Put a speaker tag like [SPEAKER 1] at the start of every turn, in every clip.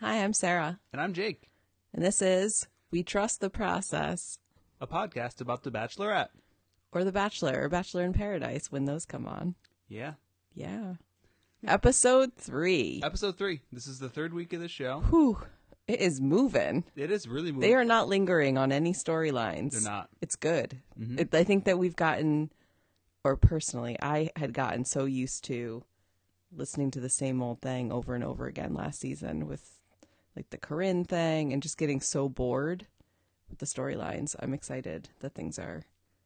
[SPEAKER 1] Hi, I'm Sarah,
[SPEAKER 2] And I'm Jake,
[SPEAKER 1] and this is We Trust the Process
[SPEAKER 2] a podcast about The Bachelorette.
[SPEAKER 1] or The Bachelor or Bachelor in Paradise when those come on.
[SPEAKER 2] Yeah.
[SPEAKER 1] Yeah. Episode three.
[SPEAKER 2] Episode three. This is the third week of the show.
[SPEAKER 1] Whew. It is moving.
[SPEAKER 2] It is really moving.
[SPEAKER 1] They are not lingering on any storylines.
[SPEAKER 2] They're not. Mm-hmm.
[SPEAKER 1] It's good. It, I think that we've gotten, or personally, I had gotten so used to listening to the same old thing over and over again last season with like the Corinne thing and just getting so bored with the storylines. I'm excited that things are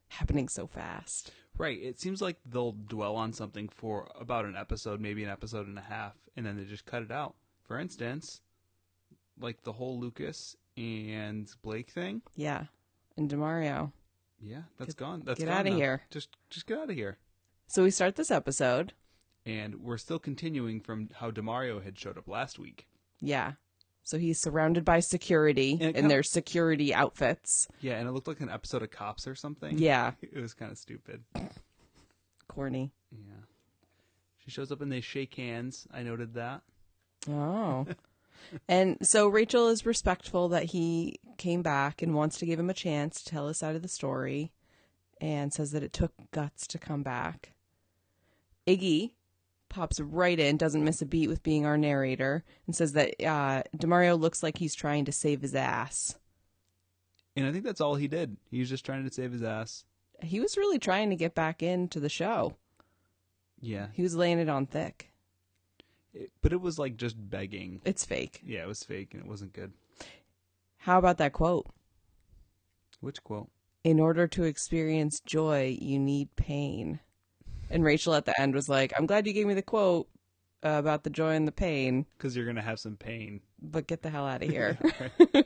[SPEAKER 1] happening so fast.
[SPEAKER 2] Right. It seems like they'll dwell on something for about an episode, maybe an episode and a half, and then they just cut it out. For instance, like the whole Lucas and Blake thing.
[SPEAKER 1] Yeah. And Demario.
[SPEAKER 2] Yeah, that's gone. That's
[SPEAKER 1] get
[SPEAKER 2] gone
[SPEAKER 1] outta
[SPEAKER 2] now.
[SPEAKER 1] here.
[SPEAKER 2] Just just get out of here.
[SPEAKER 1] So we start this episode.
[SPEAKER 2] And we're still continuing from how Demario had showed up last week.
[SPEAKER 1] Yeah. So he's surrounded by security
[SPEAKER 2] And it
[SPEAKER 1] in
[SPEAKER 2] kind
[SPEAKER 1] their security outfits.
[SPEAKER 2] Yeah, and it looked like an episode of Cops or something.
[SPEAKER 1] Yeah.
[SPEAKER 2] It was kind of stupid.
[SPEAKER 1] Corny.
[SPEAKER 2] Yeah. She shows up and they shake hands. I noted that.
[SPEAKER 1] Oh. and so Rachel is respectful that he came back and wants to give him a chance to tell his side of the story and says that it took guts to come back. Iggy pops right in, doesn't miss a beat with being our narrator, and says that uh, Demario looks like he's trying to save his ass.
[SPEAKER 2] And I think that's all he did. He was just trying to save his ass.
[SPEAKER 1] He was really trying to get back into the show.
[SPEAKER 2] Yeah.
[SPEAKER 1] He was laying it on thick.
[SPEAKER 2] It- but it was like just begging.
[SPEAKER 1] It's fake.
[SPEAKER 2] Yeah, it was fake and it wasn't good.
[SPEAKER 1] How about that quote?
[SPEAKER 2] Which quote?
[SPEAKER 1] in order to experience joy, you need pain. And Rachel at the end was like, I'm glad you gave me the quote uh, about the joy and the pain,
[SPEAKER 2] Because you're going to have some pain.
[SPEAKER 1] but get the hell out of here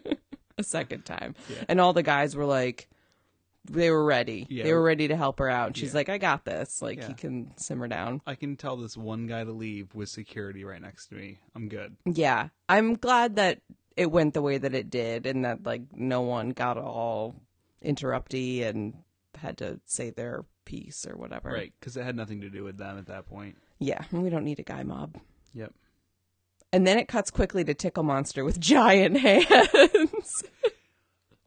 [SPEAKER 1] a second time.
[SPEAKER 2] Yeah.
[SPEAKER 1] And all the guys were like, they were ready.
[SPEAKER 2] Yeah.
[SPEAKER 1] They were ready to help her out. And she's
[SPEAKER 2] Yeah.
[SPEAKER 1] like, I got this. Like,
[SPEAKER 2] Yeah.
[SPEAKER 1] you can simmer down.
[SPEAKER 2] I can tell this one guy to leave with security right next to me. I'm good.
[SPEAKER 1] Yeah. I'm glad that it went the way that it did and that, like, no one got all interrupty and had to say their piece or whatever.
[SPEAKER 2] Right. Because it had nothing to do with them at that point.
[SPEAKER 1] Yeah. We don't need a guy mob.
[SPEAKER 2] Yep.
[SPEAKER 1] And then it cuts quickly to Tickle Monster with giant hands.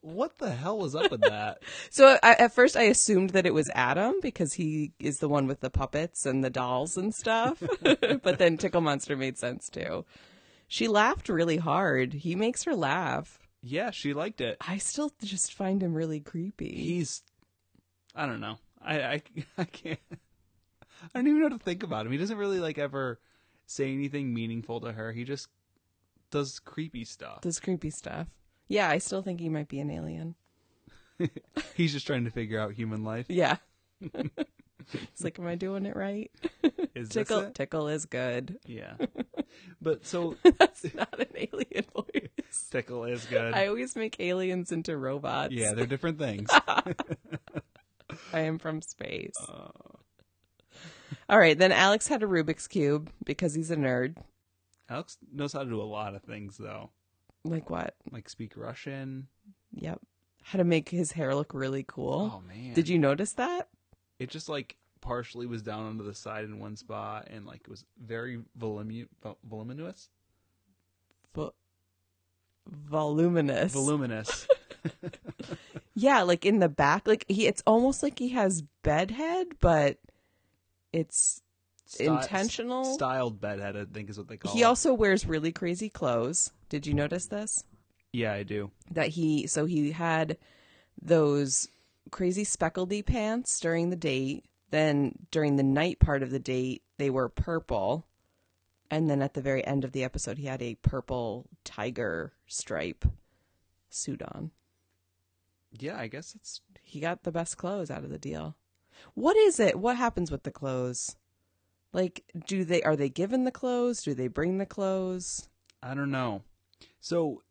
[SPEAKER 2] What the hell was up with that?
[SPEAKER 1] so I, at first I assumed that it was Adam because he is the one with the puppets and the dolls and stuff. but then Tickle Monster made sense too. She laughed really hard. He makes her laugh.
[SPEAKER 2] yeah, she liked it.
[SPEAKER 1] I still just find him really creepy.
[SPEAKER 2] he's i don't know I, I i can't i don't even know what to think about him he doesn't really like ever say anything meaningful to her he just does creepy stuff
[SPEAKER 1] does creepy stuff. Yeah, I still think he might be an alien.
[SPEAKER 2] he's just trying to figure out human life
[SPEAKER 1] Yeah. it's like, am I doing it right?
[SPEAKER 2] is
[SPEAKER 1] Tickle
[SPEAKER 2] this it
[SPEAKER 1] Tickle is good.
[SPEAKER 2] yeah but so
[SPEAKER 1] That's not an alien voice.
[SPEAKER 2] tickle is good
[SPEAKER 1] I always make aliens into robots.
[SPEAKER 2] yeah they're different things
[SPEAKER 1] I am from space.
[SPEAKER 2] Uh,
[SPEAKER 1] All right, then Alex had a Rubik's Cube because he's a nerd.
[SPEAKER 2] alex knows how to do a lot of things though
[SPEAKER 1] Like what?
[SPEAKER 2] like speak russian
[SPEAKER 1] Yep. How to make his hair look really
[SPEAKER 2] oh
[SPEAKER 1] cool.
[SPEAKER 2] man
[SPEAKER 1] Did you notice that?
[SPEAKER 2] it just like partially was down onto the side in one spot and like it was very volumi- vol- voluminous
[SPEAKER 1] Vo- voluminous.
[SPEAKER 2] voluminous
[SPEAKER 1] yeah, like in the back. Like he it's almost like he has bedhead, but it's
[SPEAKER 2] Sty-
[SPEAKER 1] intentional.
[SPEAKER 2] styled bedhead, I think is what they call
[SPEAKER 1] he
[SPEAKER 2] it.
[SPEAKER 1] also wears really crazy clothes. Did you notice this?
[SPEAKER 2] yeah, I do.
[SPEAKER 1] that he so he had those crazy speckledy pants during the date then during the night part of the date they were purple and then at the very end of the episode he had a purple tiger stripe suit on
[SPEAKER 2] Yeah, I guess it's
[SPEAKER 1] he got the best clothes out of the deal what is it what happens with the clothes like do they are they given the clothes do they bring the clothes
[SPEAKER 2] I don't know. So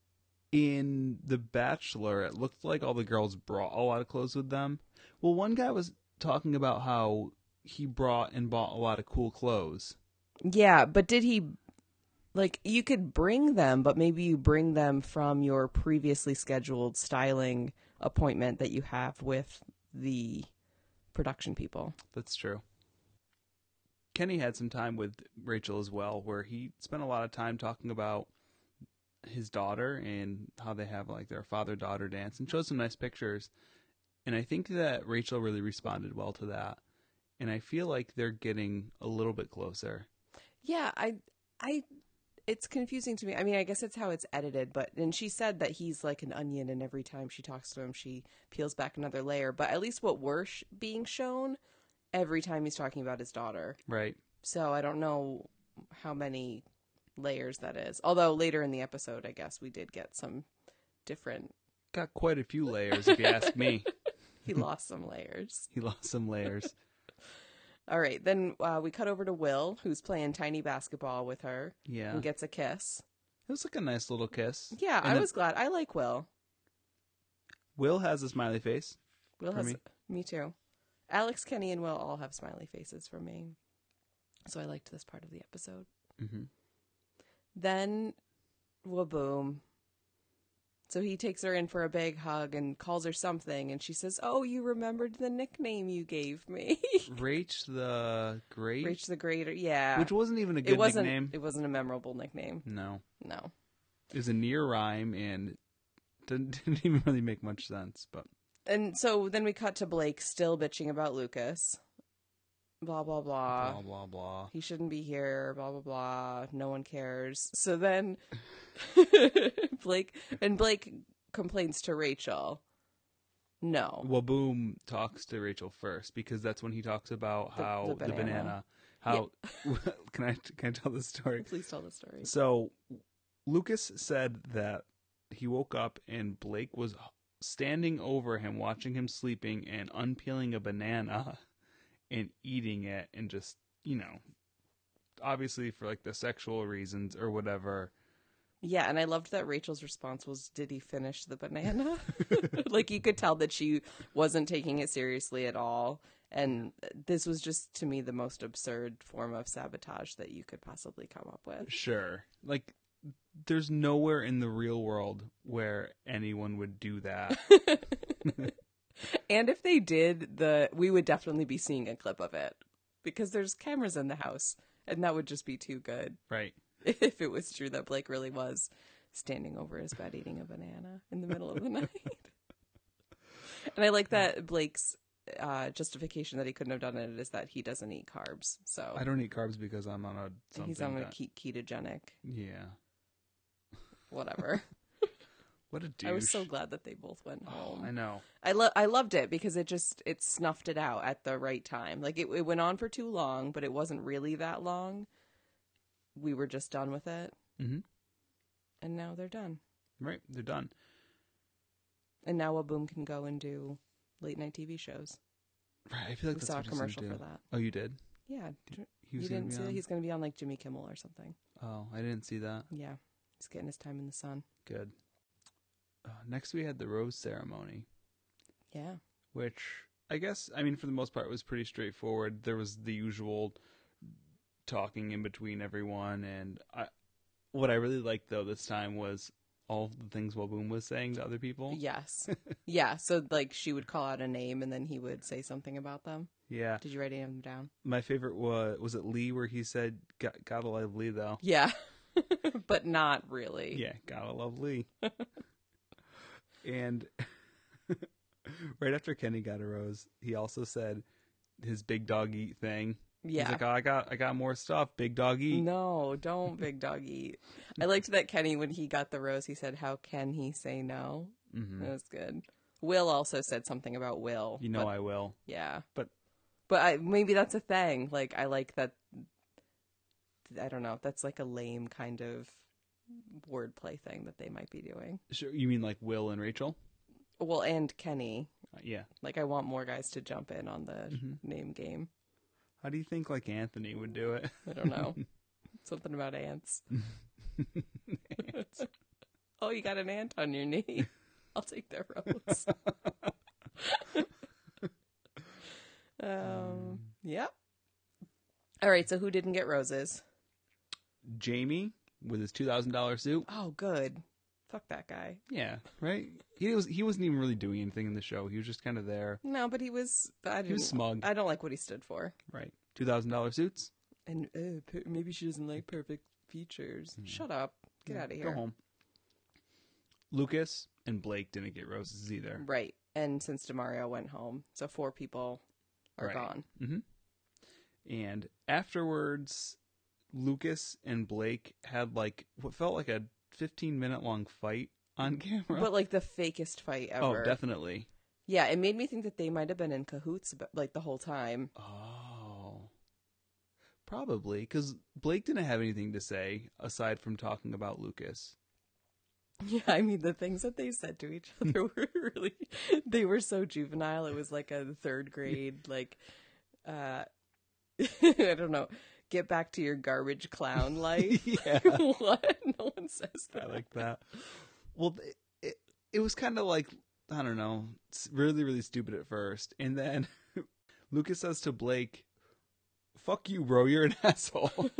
[SPEAKER 2] in The Bachelor, it looked like all the girls brought a lot of clothes with them. Well, one guy was talking about how he brought and bought a lot of cool clothes.
[SPEAKER 1] Yeah, but did he like you could bring them, but maybe you bring them from your previously scheduled styling appointment that you have with the production people.
[SPEAKER 2] That's true. Kenny had some time with Rachel as well, where he spent a lot of time talking about his daughter and how they have like their father daughter dance and showed some nice pictures. And I think that Rachel really responded well to that. And I feel like they're getting a little bit closer.
[SPEAKER 1] Yeah, I, I, it's confusing to me. I mean, I guess it's how it's edited, but and she said that he's like an onion, and every time she talks to him, she peels back another layer. But at least what we're sh- being shown, every time he's talking about his daughter.
[SPEAKER 2] Right.
[SPEAKER 1] So I don't know how many layers that is. Although later in the episode, I guess we did get some different.
[SPEAKER 2] Got quite a few layers, if you ask me.
[SPEAKER 1] He lost some layers.
[SPEAKER 2] He lost some layers.
[SPEAKER 1] All right, then uh, we cut over to Will, who's playing tiny basketball with her
[SPEAKER 2] Yeah.
[SPEAKER 1] and gets a kiss.
[SPEAKER 2] It was like a nice little kiss.
[SPEAKER 1] Yeah,
[SPEAKER 2] And
[SPEAKER 1] I
[SPEAKER 2] then
[SPEAKER 1] was glad. I like Will.
[SPEAKER 2] Will has a smiley face.
[SPEAKER 1] Will
[SPEAKER 2] For
[SPEAKER 1] has
[SPEAKER 2] me?
[SPEAKER 1] me too. Alex, Kenny, and Will all have smiley faces for me. So I liked this part of the episode.
[SPEAKER 2] Mhm.
[SPEAKER 1] Mm-hmm. Then, waboom. So he takes her in for a big hug and calls her something, and she says, "Oh, you remembered the nickname you gave me,
[SPEAKER 2] Rach the Great,
[SPEAKER 1] Rach the Greater." Yeah,
[SPEAKER 2] which wasn't even a good
[SPEAKER 1] it wasn't.
[SPEAKER 2] nickname.
[SPEAKER 1] It wasn't a memorable nickname.
[SPEAKER 2] No,
[SPEAKER 1] No.
[SPEAKER 2] it was a near rhyme and didn't, didn't even really make much sense. But
[SPEAKER 1] And so then we cut to Blake still bitching about Lucas. Blah blah blah.
[SPEAKER 2] blah blah blah.
[SPEAKER 1] he shouldn't be here, blah blah blah. No one cares. So then Blake and Blake complains to Rachel. No.
[SPEAKER 2] Waboom talks to Rachel first because that's when he talks about
[SPEAKER 1] The-
[SPEAKER 2] how
[SPEAKER 1] the
[SPEAKER 2] the
[SPEAKER 1] banana.
[SPEAKER 2] banana. how can I can I tell the story?
[SPEAKER 1] Please tell the story.
[SPEAKER 2] So Lucas said that he woke up and Blake was standing over him, watching him sleeping and unpeeling a banana and eating it and just, you know, obviously for like the sexual reasons or whatever.
[SPEAKER 1] Yeah, and I loved that Rachel's response was, "Did he finish the banana?" like you could tell that she wasn't taking it seriously at all. And this was just to me the most absurd form of sabotage that you could possibly come up with.
[SPEAKER 2] Sure. Like there's nowhere in the real world where anyone would do that.
[SPEAKER 1] And if they did, the we would definitely be seeing a clip of it because there's cameras in the house, and that would just be too good
[SPEAKER 2] right.
[SPEAKER 1] if it was true that Blake really was standing over his bed eating a banana in the middle of the night. and I like that Blake's uh, justification that he couldn't have done it is that he doesn't eat carbs, so
[SPEAKER 2] I don't eat carbs because I'm on a something
[SPEAKER 1] he's on a
[SPEAKER 2] that-
[SPEAKER 1] ke- ketogenic
[SPEAKER 2] Yeah.
[SPEAKER 1] whatever.
[SPEAKER 2] What a douche.
[SPEAKER 1] I was so glad that they both went
[SPEAKER 2] Oh,
[SPEAKER 1] home.
[SPEAKER 2] I know.
[SPEAKER 1] I lo- I loved it because it just it snuffed it out at the right time. Like it, it went on for too long, but it wasn't really that long. We were just done with it,
[SPEAKER 2] Mhm.
[SPEAKER 1] and now they're done.
[SPEAKER 2] Right. They're done.
[SPEAKER 1] And now Waboom can go and do late night TV shows.
[SPEAKER 2] Right, I feel like
[SPEAKER 1] we
[SPEAKER 2] that's
[SPEAKER 1] saw a
[SPEAKER 2] what he's gonna
[SPEAKER 1] commercial for
[SPEAKER 2] do.
[SPEAKER 1] that.
[SPEAKER 2] Oh, you did?
[SPEAKER 1] Yeah, dr-
[SPEAKER 2] He
[SPEAKER 1] you
[SPEAKER 2] was gonna
[SPEAKER 1] didn't
[SPEAKER 2] be
[SPEAKER 1] see that
[SPEAKER 2] on?
[SPEAKER 1] he's going to be on like Jimmy Kimmel or something.
[SPEAKER 2] Oh, I didn't see that.
[SPEAKER 1] Yeah, he's getting his time in the sun.
[SPEAKER 2] Good. Uh, next, we had the rose ceremony,
[SPEAKER 1] Yeah,
[SPEAKER 2] which I guess I mean for the most part was pretty straightforward. There was the usual talking in between everyone, and I, what I really liked though this time was all the things Waboom was saying to other people.
[SPEAKER 1] yes, yeah. So like she would call out a name, and then he would say something about them.
[SPEAKER 2] Yeah,
[SPEAKER 1] Did you write any of them down?
[SPEAKER 2] my favorite was was it Lee where he said, "Got- "Gotta love Lee though."
[SPEAKER 1] Yeah, but not really.
[SPEAKER 2] Yeah, gotta love Lee. and right after Kenny got a rose, he also said his big dog eat thing.
[SPEAKER 1] yeah.
[SPEAKER 2] He's like, oh, I got I got more stuff, big dog eat.
[SPEAKER 1] No, don't big dog eat. I liked that Kenny when he got the rose, he said, "How can he say no?"
[SPEAKER 2] hmm
[SPEAKER 1] That was good. Will also said something about Will.
[SPEAKER 2] You know
[SPEAKER 1] but-
[SPEAKER 2] I will.
[SPEAKER 1] yeah,
[SPEAKER 2] but-
[SPEAKER 1] but I, maybe that's a thing. Like I like that. I don't know. That's like a lame kind of wordplay thing that they might be doing.
[SPEAKER 2] Sure, you mean like Will and Rachel?
[SPEAKER 1] Well, and Kenny.
[SPEAKER 2] Uh, yeah.
[SPEAKER 1] Like I want more guys to jump in on the
[SPEAKER 2] Mhm.
[SPEAKER 1] name game.
[SPEAKER 2] How do you think like Anthony would do it?
[SPEAKER 1] I don't know. something about ants. Oh, you got an ant on your knee. I'll take their rose. um, yep. All right, so who didn't get roses?
[SPEAKER 2] Jamie with his two thousand dollar suit.
[SPEAKER 1] Oh, good. Fuck that guy.
[SPEAKER 2] Yeah, right. He was he wasn't even really doing anything in the show. He was just kind of there.
[SPEAKER 1] No, but he was. I didn't,
[SPEAKER 2] He was smug.
[SPEAKER 1] I don't like what he stood for.
[SPEAKER 2] Right. Two thousand dollar suits.
[SPEAKER 1] And uh, per- maybe she doesn't like perfect features. Shut up. Get out of here.
[SPEAKER 2] Hmm. Go home. Lucas and Blake didn't get roses either.
[SPEAKER 1] Right. And since Demario went home, so four people are
[SPEAKER 2] Right.
[SPEAKER 1] gone.
[SPEAKER 2] And afterwards, Lucas and Blake had like what felt like a 15 minute long fight on camera.
[SPEAKER 1] But like the fakest fight
[SPEAKER 2] oh,
[SPEAKER 1] ever.
[SPEAKER 2] definitely.
[SPEAKER 1] Yeah, it made me think that they might have been in cahoots about, like the whole time.
[SPEAKER 2] Oh. Probably because Blake didn't have anything to say aside from talking about Lucas.
[SPEAKER 1] Yeah, I mean the things that they said to each other were really they were so juvenile. It was like a third grade like uh I don't know, get back to your garbage clown life.
[SPEAKER 2] yeah.
[SPEAKER 1] what? No one says
[SPEAKER 2] I
[SPEAKER 1] that.
[SPEAKER 2] like that. Well, th- it, it was kind of like, I don't know, s- really, really stupid at first. And then Lucas says to Blake, fuck you, bro, you're an asshole.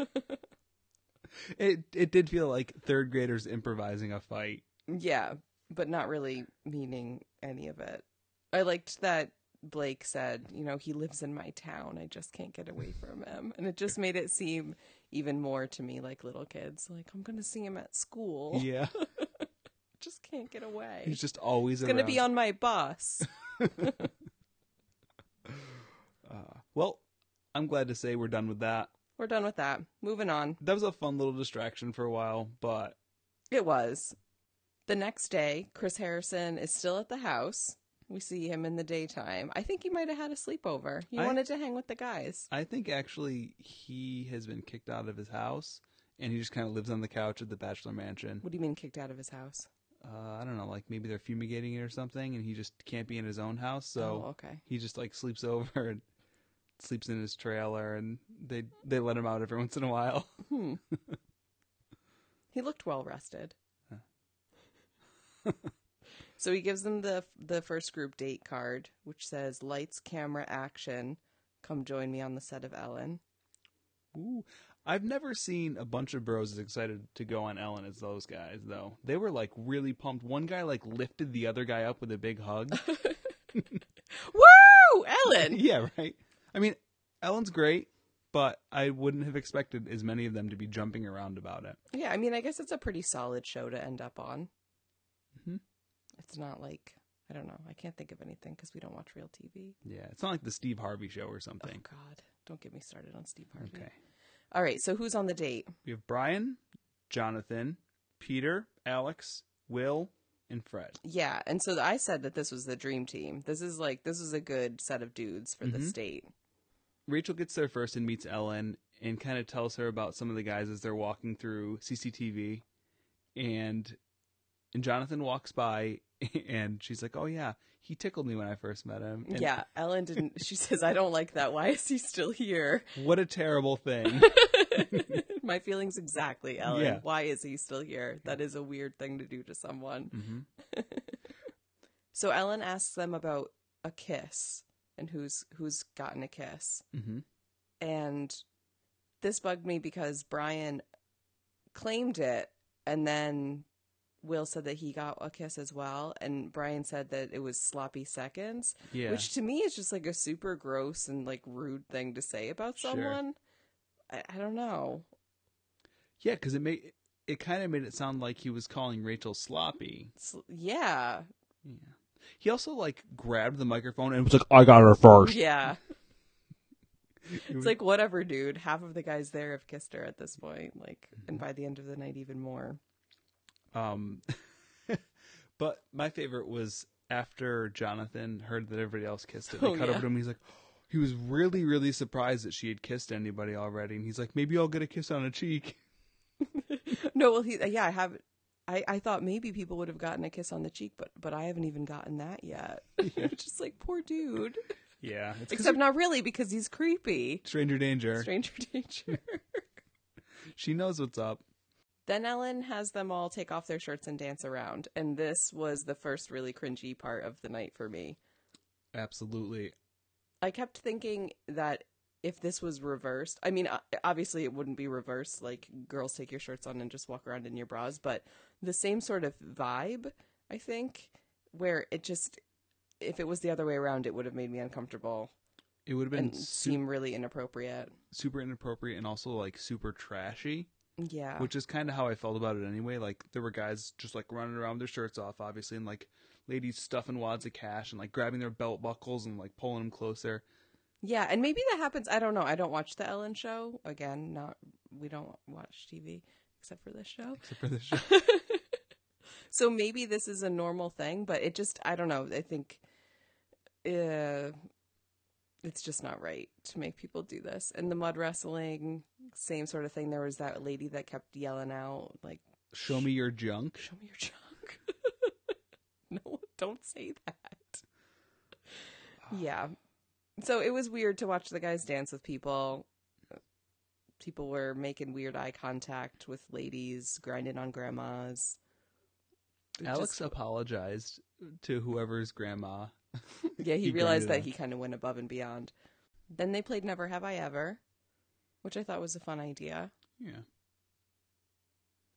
[SPEAKER 2] it, it did feel like third graders improvising a fight.
[SPEAKER 1] Yeah, but not really meaning any of it. I liked that Blake said, you know, he lives in my town. I just can't get away from him. And it just made it seem even more to me like little kids. Like, I'm going to see him at school.
[SPEAKER 2] Yeah.
[SPEAKER 1] Just can't get away.
[SPEAKER 2] He's just always
[SPEAKER 1] He's going to be on my bus.
[SPEAKER 2] Well, I'm glad to say we're done with that.
[SPEAKER 1] We're done with that. Moving on.
[SPEAKER 2] That was a fun little distraction for a while, but
[SPEAKER 1] It was. The next day, Chris Harrison is still at the house. We see him in the daytime. I think he might have had a sleepover. He
[SPEAKER 2] I-
[SPEAKER 1] wanted to hang with the guys.
[SPEAKER 2] I think actually he has been kicked out of his house and he just kind of lives on the couch at the Bachelor Mansion.
[SPEAKER 1] What do you mean kicked out of his house?
[SPEAKER 2] uh, I don't know, like maybe they're fumigating it or something, and he just can't be in his own house, so
[SPEAKER 1] Oh, okay.
[SPEAKER 2] he just like sleeps over and sleeps in his trailer, and they they let him out every once in a while.
[SPEAKER 1] He looked well rested. so he gives them the the first group date card, which says "Lights, Camera, Action." Come join me on the set of Ellen.
[SPEAKER 2] Ooh, I've never seen a bunch of bros as excited to go on Ellen as those guys though. They were like really pumped. One guy like lifted the other guy up with a big hug.
[SPEAKER 1] Woo, Ellen!
[SPEAKER 2] yeah, right. I mean, Ellen's great, but I wouldn't have expected as many of them to be jumping around about it.
[SPEAKER 1] yeah, I mean, I guess it's a pretty solid show to end up on. It's not like I don't know. I can't think of anything because we don't watch real TV.
[SPEAKER 2] Yeah, it's not like the Steve Harvey show or something.
[SPEAKER 1] Oh God, don't get me started on Steve Harvey.
[SPEAKER 2] Okay.
[SPEAKER 1] All right, so who's on the date?
[SPEAKER 2] We have Brian, Jonathan, Peter, Alex, Will, and Fred.
[SPEAKER 1] Yeah, and so I said that this was the dream team. This is like this is a good set of dudes for
[SPEAKER 2] Mm-hmm.
[SPEAKER 1] this date.
[SPEAKER 2] Rachel gets there first and meets Ellen and kind of tells her about some of the guys as they're walking through CCTV. And and Jonathan walks by and she's like, "Oh yeah, he tickled me when I first met him." And
[SPEAKER 1] yeah, Ellen didn't. She says, "I don't like that. Why is he still here?"
[SPEAKER 2] What a terrible thing.
[SPEAKER 1] My feelings exactly, Ellen.
[SPEAKER 2] Yeah.
[SPEAKER 1] Why is he still here? That is a weird thing to do to someone.
[SPEAKER 2] Mhm.
[SPEAKER 1] So Ellen asks them about a kiss and who's who's gotten a kiss.
[SPEAKER 2] Mhm.
[SPEAKER 1] and this bugged me because Brian claimed it and then Will said that he got a kiss as well and Brian said that it was sloppy seconds
[SPEAKER 2] Yeah.
[SPEAKER 1] which to me is just like a super gross and like rude thing to say about
[SPEAKER 2] Sure.
[SPEAKER 1] someone I, I don't know
[SPEAKER 2] yeah, cuz it made it kind of made it sound like he was calling Rachel sloppy.
[SPEAKER 1] It's- yeah
[SPEAKER 2] He also like grabbed the microphone and was like, "I got her first.
[SPEAKER 1] yeah it's like whatever dude half of the guys there have kissed her at this point like and by the end of the night even more
[SPEAKER 2] Um, but my favorite was after Jonathan heard that everybody else kissed it. They
[SPEAKER 1] Oh,
[SPEAKER 2] cut
[SPEAKER 1] yeah.
[SPEAKER 2] over to him. He's like, he was really, really surprised that she had kissed anybody already, and he's like, maybe I'll get a kiss on a cheek.
[SPEAKER 1] No, well, he yeah, I have. I, I thought maybe people would have gotten a kiss on the cheek, but but I haven't even gotten that yet. Just like poor dude.
[SPEAKER 2] Yeah, it's 'cause
[SPEAKER 1] Except not really because he's creepy.
[SPEAKER 2] stranger danger.
[SPEAKER 1] Stranger danger.
[SPEAKER 2] she knows what's up.
[SPEAKER 1] then Ellen has them all take off their shirts and dance around, and this was the first really cringy part of the night for me.
[SPEAKER 2] Absolutely.
[SPEAKER 1] I kept thinking that if this was reversed, I mean, o- obviously it wouldn't be reversed, like girls take your shirts on and just walk around in your bras, but the same sort of vibe, I think, where it just, if it was the other way around, it would have made me uncomfortable
[SPEAKER 2] It would have been
[SPEAKER 1] and
[SPEAKER 2] su-
[SPEAKER 1] seem really inappropriate.
[SPEAKER 2] super inappropriate and also like super trashy.
[SPEAKER 1] Yeah.
[SPEAKER 2] which is kind of how I felt about it anyway. Like there were guys just like running around with their shirts off, obviously, and like ladies stuffing wads of cash and like grabbing their belt buckles and like pulling them closer.
[SPEAKER 1] yeah, and maybe that happens. I don't know. I don't watch the Ellen show. Again, not we don't watch TV except for this show.
[SPEAKER 2] Except for this show.
[SPEAKER 1] so maybe this is a normal thing, but it just I don't know. I think uh, it's just not right to make people do this. And the mud wrestling, same sort of thing. There was that lady that kept yelling out like,
[SPEAKER 2] Show me your junk.
[SPEAKER 1] "Show me your junk." no, don't say that. Yeah. So it was weird to watch the guys dance with people. People were making weird eye contact with ladies, grinding on grandmas. It
[SPEAKER 2] Alex
[SPEAKER 1] just-
[SPEAKER 2] apologized to whoever's grandma.
[SPEAKER 1] Yeah, he,
[SPEAKER 2] He
[SPEAKER 1] realized that
[SPEAKER 2] grinded on.
[SPEAKER 1] he kind of went above and beyond. Then they played Never Have I Ever, which I thought was a fun idea.
[SPEAKER 2] Yeah.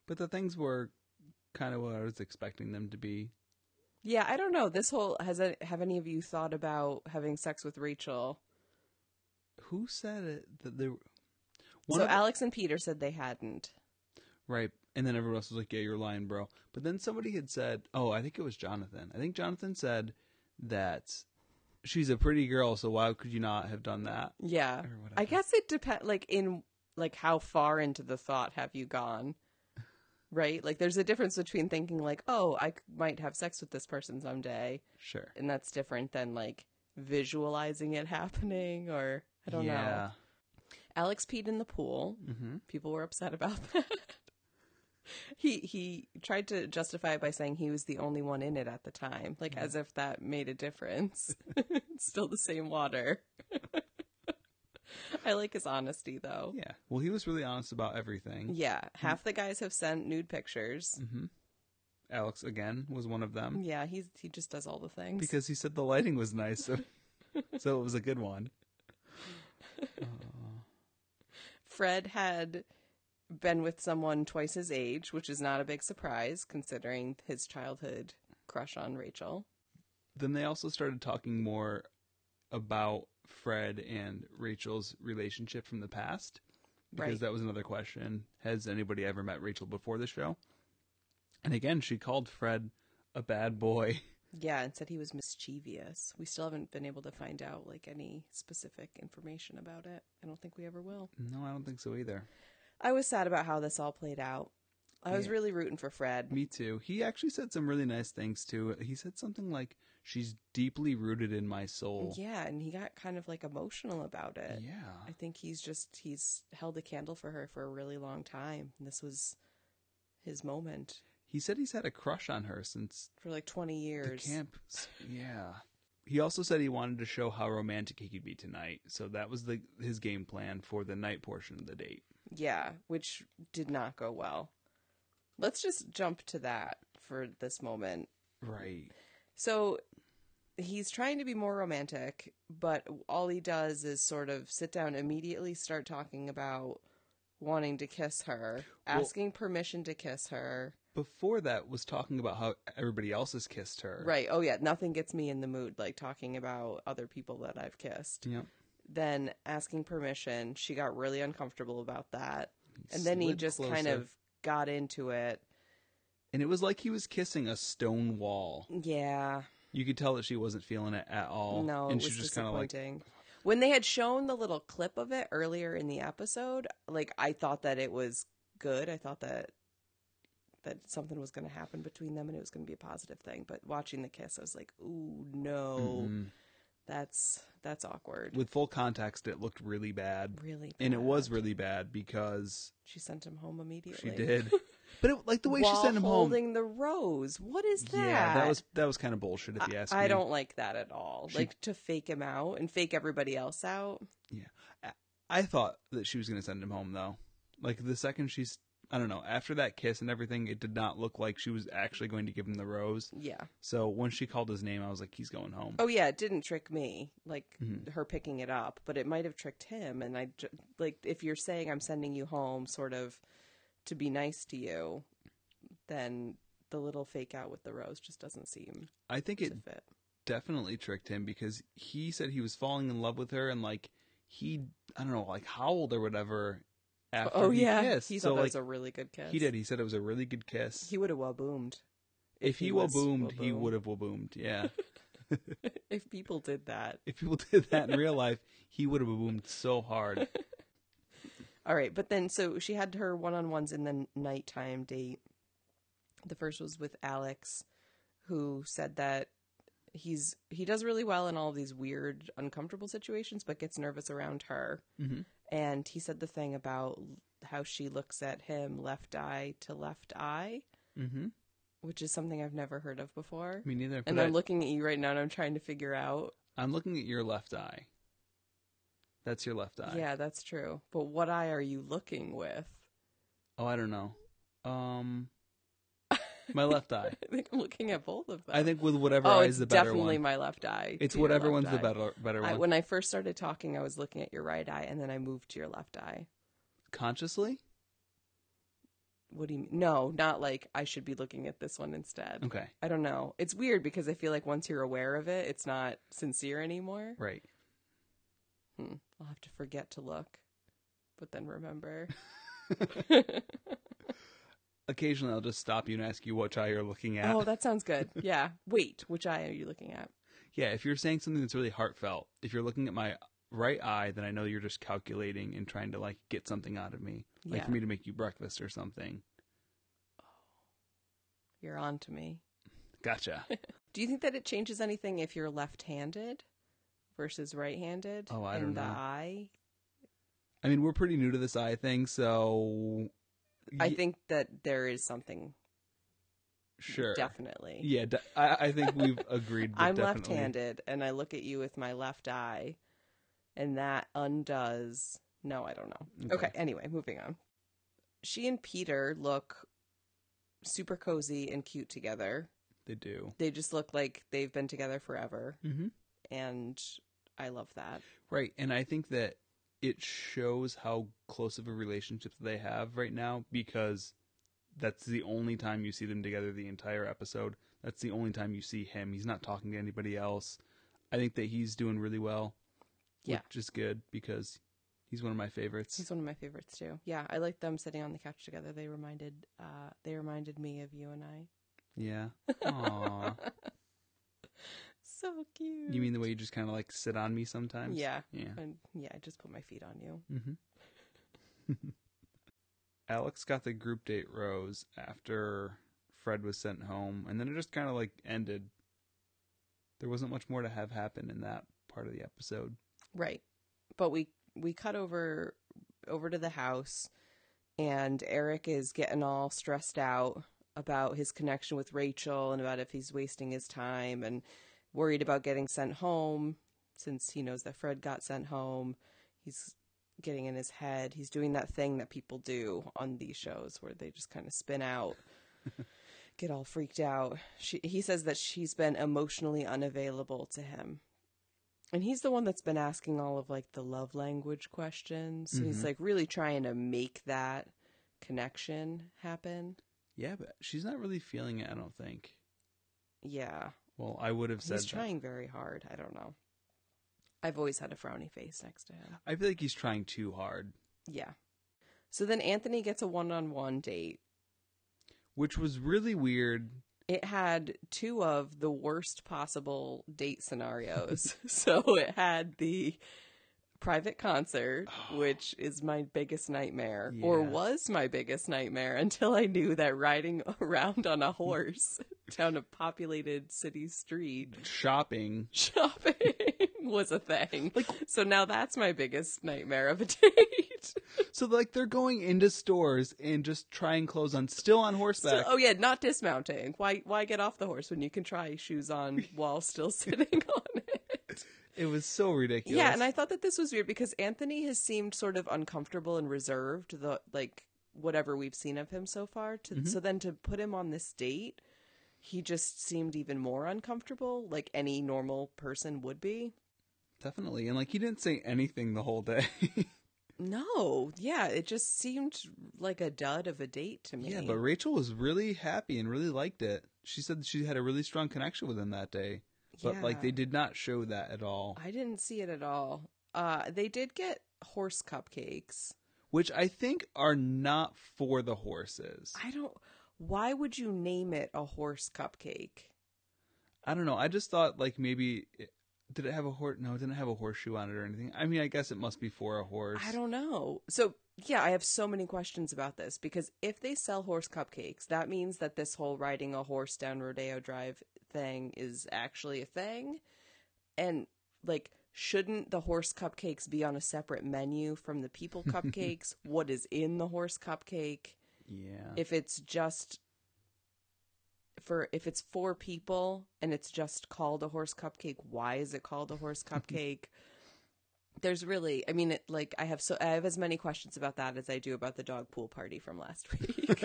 [SPEAKER 2] But the things were kind of what I was expecting them to be.
[SPEAKER 1] Yeah, I don't know. This whole has it, have any of you thought about having sex with Rachel?
[SPEAKER 2] Who said it that they were One
[SPEAKER 1] so
[SPEAKER 2] of the-
[SPEAKER 1] Alex and Peter said they hadn't.
[SPEAKER 2] Right. And then everyone else was like, yeah, you're lying, bro. But then somebody had said, oh, I think it was Jonathan. I think Jonathan said that she's a pretty girl, so why could you not have done that?
[SPEAKER 1] Yeah.
[SPEAKER 2] Or whatever.
[SPEAKER 1] I guess it depends like in like how far into the thought have you gone? Right? Like there's a difference between thinking like, "Oh, I c- might have sex with this person someday."
[SPEAKER 2] Sure.
[SPEAKER 1] And that's different than like visualizing it happening or I don't know.
[SPEAKER 2] yeah.
[SPEAKER 1] Alex peed in the pool.
[SPEAKER 2] hmm
[SPEAKER 1] People were upset about that. he he tried to justify it by saying he was the only one in it at the time, like
[SPEAKER 2] Mm-hmm.
[SPEAKER 1] as if that made a difference. it's still the same water. I like his honesty though.
[SPEAKER 2] Yeah. Mm. Well, he was really honest about everything.
[SPEAKER 1] Yeah, half the guys have sent nude pictures.
[SPEAKER 2] hmm Alex, again, was one of them
[SPEAKER 1] Yeah, he's he just does all the things.
[SPEAKER 2] Mm-hmm. because he said the lighting was nice, so, so it was a good one. Aw.
[SPEAKER 1] Fred had been with someone twice his age, which is not a big surprise considering his childhood crush on Rachel.
[SPEAKER 2] then they also started talking more about Fred and Rachel's relationship from the past because
[SPEAKER 1] Right.
[SPEAKER 2] that was another question. Has anybody ever met Rachel before the show? And again, she called Fred a bad boy.
[SPEAKER 1] Yeah, and said he was mischievous. We still haven't been able to find out like any specific information about it. I don't think we ever will.
[SPEAKER 2] No, I don't think so either.
[SPEAKER 1] I was sad about how this all played out. I was
[SPEAKER 2] Yeah.
[SPEAKER 1] really rooting for Fred.
[SPEAKER 2] Me too. He actually said some really nice things too. He said something like, "She's deeply rooted in my soul."
[SPEAKER 1] Yeah, and he got kind of like emotional about it. I
[SPEAKER 2] Yeah.
[SPEAKER 1] think he's just he's held a candle for her for a really long time. And this was his moment
[SPEAKER 2] He said he's had a crush on her since
[SPEAKER 1] for like 20 years.
[SPEAKER 2] The camp. Yeah. He also said he wanted to show how romantic he could be tonight, so that was the his game plan for the night portion of the date.
[SPEAKER 1] Yeah, which did not go well. Let's just jump to that for this moment.
[SPEAKER 2] Right.
[SPEAKER 1] So he's trying to be more romantic, but all he does is sort of sit down immediately start talking about wanting to kiss her,
[SPEAKER 2] Well-
[SPEAKER 1] asking permission to kiss her.
[SPEAKER 2] Before that was talking about how everybody else has kissed her.
[SPEAKER 1] Right. Oh yeah, nothing gets me in the mood like talking about other people that I've kissed.
[SPEAKER 2] Yep.
[SPEAKER 1] Then asking permission, she got really uncomfortable about that. And then he
[SPEAKER 2] Slid
[SPEAKER 1] just kind
[SPEAKER 2] closer.
[SPEAKER 1] of got into it.
[SPEAKER 2] and it was like he was kissing a stone wall.
[SPEAKER 1] Yeah.
[SPEAKER 2] You could tell that she wasn't feeling it at all.
[SPEAKER 1] No,
[SPEAKER 2] and
[SPEAKER 1] it was
[SPEAKER 2] she was just kind of like
[SPEAKER 1] disappointing. when they had shown the little clip of it earlier in the episode, like I thought that it was good. I thought that that something was going to happen between them and it was going to be a positive thing. But watching the kiss, I was like, "Ooh, no,
[SPEAKER 2] mm.
[SPEAKER 1] that's that's awkward."
[SPEAKER 2] "Mm-hmm." with full context, it looked really bad,
[SPEAKER 1] really,
[SPEAKER 2] and it was
[SPEAKER 1] bad.
[SPEAKER 2] really bad because
[SPEAKER 1] She sent him home immediately.
[SPEAKER 2] she did. But it, like the way she
[SPEAKER 1] While
[SPEAKER 2] sent him home,
[SPEAKER 1] holding the rose. What is that?
[SPEAKER 2] Yeah, that was that was kind of bullshit if you
[SPEAKER 1] I,
[SPEAKER 2] ask me.
[SPEAKER 1] I don't like that at all.
[SPEAKER 2] She-
[SPEAKER 1] like to fake him out and fake everybody else out.
[SPEAKER 2] I thought that she was going to send him home though. Like the second she's, I don't know. After that kiss and everything, it did not look like she was actually going to give him the rose.
[SPEAKER 1] Yeah.
[SPEAKER 2] So when she called his name, I was like, he's going home.
[SPEAKER 1] Oh yeah, it didn't trick me like
[SPEAKER 2] Mhm.
[SPEAKER 1] her picking it up, but it might have tricked him. And I ju- like if you're saying I'm sending you home, sort of to be nice to you, then the little fake out with the rose just doesn't seem
[SPEAKER 2] I think it
[SPEAKER 1] to fit.
[SPEAKER 2] definitely tricked him because he said he was falling in love with her and like he, I don't know, like howled or whatever after
[SPEAKER 1] oh
[SPEAKER 2] he
[SPEAKER 1] yeah,
[SPEAKER 2] kissed.
[SPEAKER 1] he
[SPEAKER 2] so
[SPEAKER 1] thought that
[SPEAKER 2] like
[SPEAKER 1] was a really good kiss.
[SPEAKER 2] he did. He said it was a really good kiss.
[SPEAKER 1] He would have well boomed
[SPEAKER 2] if he,
[SPEAKER 1] he
[SPEAKER 2] were
[SPEAKER 1] was
[SPEAKER 2] boomed, he
[SPEAKER 1] waboomed.
[SPEAKER 2] would have boomed. Yeah.
[SPEAKER 1] if people did that.
[SPEAKER 2] if people did that in real life, he would have boomed so hard.
[SPEAKER 1] All right, but then so she had her one on ones in the nighttime date. The first was with Alex, who said that he's he does really well in all these weird, uncomfortable situations, but gets nervous around her.
[SPEAKER 2] Mhm.
[SPEAKER 1] And he said the thing about how she looks at him left eye to left eye,
[SPEAKER 2] Mm-hmm.
[SPEAKER 1] which is something I've never heard of before.
[SPEAKER 2] Me neither.
[SPEAKER 1] And
[SPEAKER 2] but
[SPEAKER 1] I'm
[SPEAKER 2] I-
[SPEAKER 1] looking at you right now, and I'm trying to figure out.
[SPEAKER 2] I'm looking at your left eye. That's your left eye.
[SPEAKER 1] Yeah, that's true. But what eye are you looking with?
[SPEAKER 2] Oh, I don't know. Um, my left eye.
[SPEAKER 1] I think I'm looking at both of them.
[SPEAKER 2] I think with whatever
[SPEAKER 1] oh,
[SPEAKER 2] eye
[SPEAKER 1] it's
[SPEAKER 2] is the better
[SPEAKER 1] definitely
[SPEAKER 2] one.
[SPEAKER 1] my left eye.
[SPEAKER 2] It's
[SPEAKER 1] to your
[SPEAKER 2] whatever
[SPEAKER 1] left
[SPEAKER 2] one's the
[SPEAKER 1] eye.
[SPEAKER 2] better better
[SPEAKER 1] I,
[SPEAKER 2] one.
[SPEAKER 1] when I first started talking, I was looking at your right eye, and then I moved to your left eye.
[SPEAKER 2] Consciously.
[SPEAKER 1] What do you mean? No, not like I should be looking at this one instead.
[SPEAKER 2] Okay.
[SPEAKER 1] I don't know. It's weird because I feel like once you're aware of it, it's not sincere anymore.
[SPEAKER 2] Right.
[SPEAKER 1] Hmm. I'll have to forget to look, but then remember.
[SPEAKER 2] Occasionally, I'll just stop you and ask you which eye you're looking at.
[SPEAKER 1] Oh, that sounds good. Yeah. Wait, which eye are you looking at?
[SPEAKER 2] Yeah, if you're saying something that's really heartfelt, if you're looking at my right eye, then I know you're just calculating and trying to like get something out of me, like
[SPEAKER 1] Yeah.
[SPEAKER 2] for me to make you breakfast or something.
[SPEAKER 1] You're on to me.
[SPEAKER 2] Gotcha.
[SPEAKER 1] Do you think that it changes anything if you're left-handed versus right-handed?
[SPEAKER 2] Oh, I
[SPEAKER 1] in
[SPEAKER 2] don't
[SPEAKER 1] the
[SPEAKER 2] know.
[SPEAKER 1] eye,
[SPEAKER 2] I mean, we're pretty new to this eye thing, so
[SPEAKER 1] I
[SPEAKER 2] Ye-
[SPEAKER 1] think that there is something
[SPEAKER 2] sure.
[SPEAKER 1] definitely.
[SPEAKER 2] Yeah, de- I, I think we've agreed. That
[SPEAKER 1] I'm
[SPEAKER 2] definitely-
[SPEAKER 1] left-handed, and I look at you with my left eye, and that undoes. No, I don't know. Okay. Anyway, moving on. She and Peter look super cozy and cute together.
[SPEAKER 2] they do.
[SPEAKER 1] They just look like they've been together forever,
[SPEAKER 2] Mm-hmm.
[SPEAKER 1] and I love that.
[SPEAKER 2] Right, and I think that it shows how close of a relationship they have right now because that's the only time you see them together the entire episode. That's the only time you see him. He's not talking to anybody else. I think that he's doing really well.
[SPEAKER 1] Yeah.
[SPEAKER 2] Which is good because he's one of my favorites.
[SPEAKER 1] He's one of my favorites too. Yeah, I like them sitting on the couch together. They reminded uh they reminded me of you and I.
[SPEAKER 2] yeah. Aww.
[SPEAKER 1] So cute.
[SPEAKER 2] you mean the way you just kind of like sit on me sometimes?
[SPEAKER 1] Yeah.
[SPEAKER 2] Yeah.
[SPEAKER 1] And yeah, I just put my feet on you.
[SPEAKER 2] Mm-hmm. Alex got the group date rose after Fred was sent home, and then it just kind of like ended. There wasn't much more to have happen in that part of the episode.
[SPEAKER 1] Right. But we we cut over over to the house and Eric is getting all stressed out about his connection with Rachel and about if he's wasting his time and worried about getting sent home since he knows that Fred got sent home. He's getting in his head. He's doing that thing that people do on these shows where they just kind of spin out. Get all freaked out. She, he says that she's been emotionally unavailable to him and he's the one that's been asking all of like the love language questions. So
[SPEAKER 2] Mhm.
[SPEAKER 1] he's like really trying to make that connection happen.
[SPEAKER 2] Yeah, but she's not really feeling it, I don't think.
[SPEAKER 1] Yeah.
[SPEAKER 2] Well, I would have said
[SPEAKER 1] He's
[SPEAKER 2] that.
[SPEAKER 1] trying very hard. I don't know. I've always had a frowny face next to him.
[SPEAKER 2] I feel like he's trying too hard,
[SPEAKER 1] Yeah. So then Anthony gets a one on one date.
[SPEAKER 2] which was really weird.
[SPEAKER 1] It had two of the worst possible date scenarios. so it had the private concert, which is my biggest nightmare, or
[SPEAKER 2] Yeah.
[SPEAKER 1] was my biggest nightmare until I knew that riding around on a horse down a populated city street
[SPEAKER 2] Shopping.
[SPEAKER 1] shopping was a thing. so now that's my biggest nightmare of a date.
[SPEAKER 2] So, like, they're going into stores and just trying clothes on, still on horseback.
[SPEAKER 1] So- oh yeah, not dismounting. Why why get off the horse when you can try shoes on while still sitting on it?
[SPEAKER 2] it was so ridiculous.
[SPEAKER 1] Yeah, and I thought that this was weird because Anthony has seemed sort of uncomfortable and reserved the like whatever we've seen of him so far to
[SPEAKER 2] Mm-hmm.
[SPEAKER 1] so then to put him on this date, he just seemed even more uncomfortable like any normal person would be.
[SPEAKER 2] Definitely. And, like, he didn't say anything the whole day.
[SPEAKER 1] No, yeah, it just seemed like a dud of a date to me.
[SPEAKER 2] Yeah, but Rachel was really happy and really liked it. She said that she had a really strong connection with him that day. But like
[SPEAKER 1] Yeah.
[SPEAKER 2] they did not show that at all,
[SPEAKER 1] I didn't see it at all. Uh they did get horse cupcakes.
[SPEAKER 2] which I think are not for the horses.
[SPEAKER 1] I don't. Why would you name it a horse cupcake?
[SPEAKER 2] I don't know. I just thought like maybe it- did it have a horse? No, it didn't have a horseshoe on it or anything. I mean, I guess it must be for a horse.
[SPEAKER 1] I don't know. So, yeah, I have so many questions about this because if they sell horse cupcakes, that means that this whole riding a horse down Rodeo Drive thing is actually a thing. And, like, shouldn't the horse cupcakes be on a separate menu from the people cupcakes? what is in the horse cupcake?
[SPEAKER 2] Yeah.
[SPEAKER 1] If it's just for if it's for people and it's just called a horse cupcake, why is it called a horse cupcake? There's really, I mean, it, like I have so I have as many questions about that as I do about the dog pool party from last week.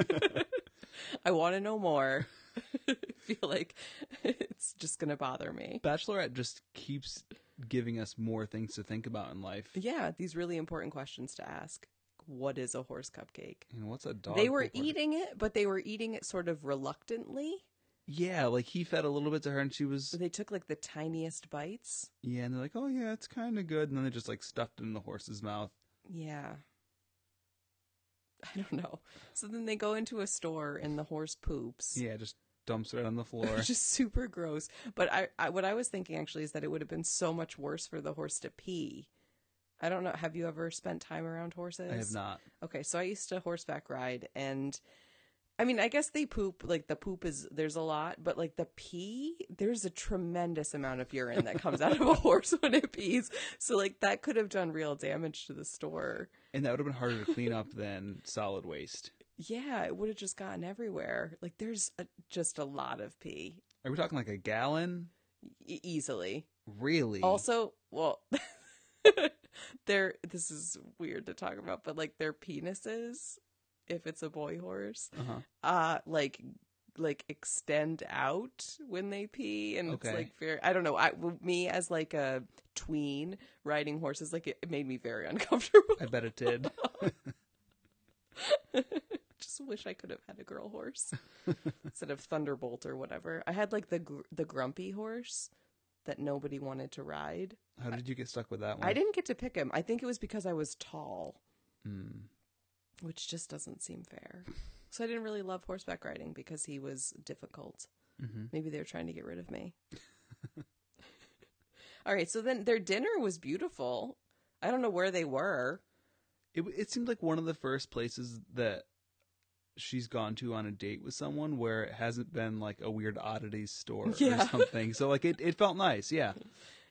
[SPEAKER 1] I want to know more. I feel like it's just going to bother me.
[SPEAKER 2] Bachelorette just keeps giving us more things to think about in life.
[SPEAKER 1] Yeah, these really important questions to ask. What is a horse cupcake?
[SPEAKER 2] And what's a dog?
[SPEAKER 1] they were
[SPEAKER 2] pepper?
[SPEAKER 1] eating it, but they were eating it sort of reluctantly.
[SPEAKER 2] Yeah, like he fed a little bit to her, and she was.
[SPEAKER 1] They took like the tiniest bites.
[SPEAKER 2] Yeah, and they're like, "Oh yeah, it's kind of good," and then they just like stuffed it in the horse's mouth.
[SPEAKER 1] Yeah. I don't know. So then they go into a store and the horse poops.
[SPEAKER 2] Yeah, just dumps it right on the floor.
[SPEAKER 1] Which is super gross. But I, I what I was thinking actually is that it would have been so much worse for the horse to pee. I don't know. Have you ever spent time around horses?
[SPEAKER 2] I have not.
[SPEAKER 1] Okay, so I used to horseback ride and I mean, I guess they poop, like the poop is there's a lot, but like the pee, there's a tremendous amount of urine that comes out of a horse when it pees. So like that could have done real damage to the store.
[SPEAKER 2] And that would have been harder to clean up than solid waste.
[SPEAKER 1] Yeah, it would have just gotten everywhere. Like there's a, just a lot of pee
[SPEAKER 2] Are we talking like a gallon?
[SPEAKER 1] e- easily.
[SPEAKER 2] Really?
[SPEAKER 1] Also, well, their this is weird to talk about, but like their penises, if it's a boy horse,
[SPEAKER 2] Uh-huh.
[SPEAKER 1] uh like like extend out when they pee and
[SPEAKER 2] Okay.
[SPEAKER 1] it's like very i don't know i me as like a tween riding horses like it, it made me very uncomfortable
[SPEAKER 2] I bet it did.
[SPEAKER 1] just wish i could have had a girl horse instead of thunderbolt or whatever i had like the gr- the grumpy horse that nobody wanted to ride
[SPEAKER 2] How did you get stuck with that one?
[SPEAKER 1] i didn't get to pick him i think it was because i was tall
[SPEAKER 2] Mm.
[SPEAKER 1] which just doesn't seem fair so i didn't really love horseback riding because he was difficult
[SPEAKER 2] hmm
[SPEAKER 1] Maybe they were trying to get rid of me. All right, so then their dinner was beautiful. I don't know where they were.
[SPEAKER 2] It w- it seemed like one of the first places that she's gone to on a date with someone where it hasn't been like a weird oddities store or
[SPEAKER 1] Yeah.
[SPEAKER 2] something. So like it, it felt nice, yeah.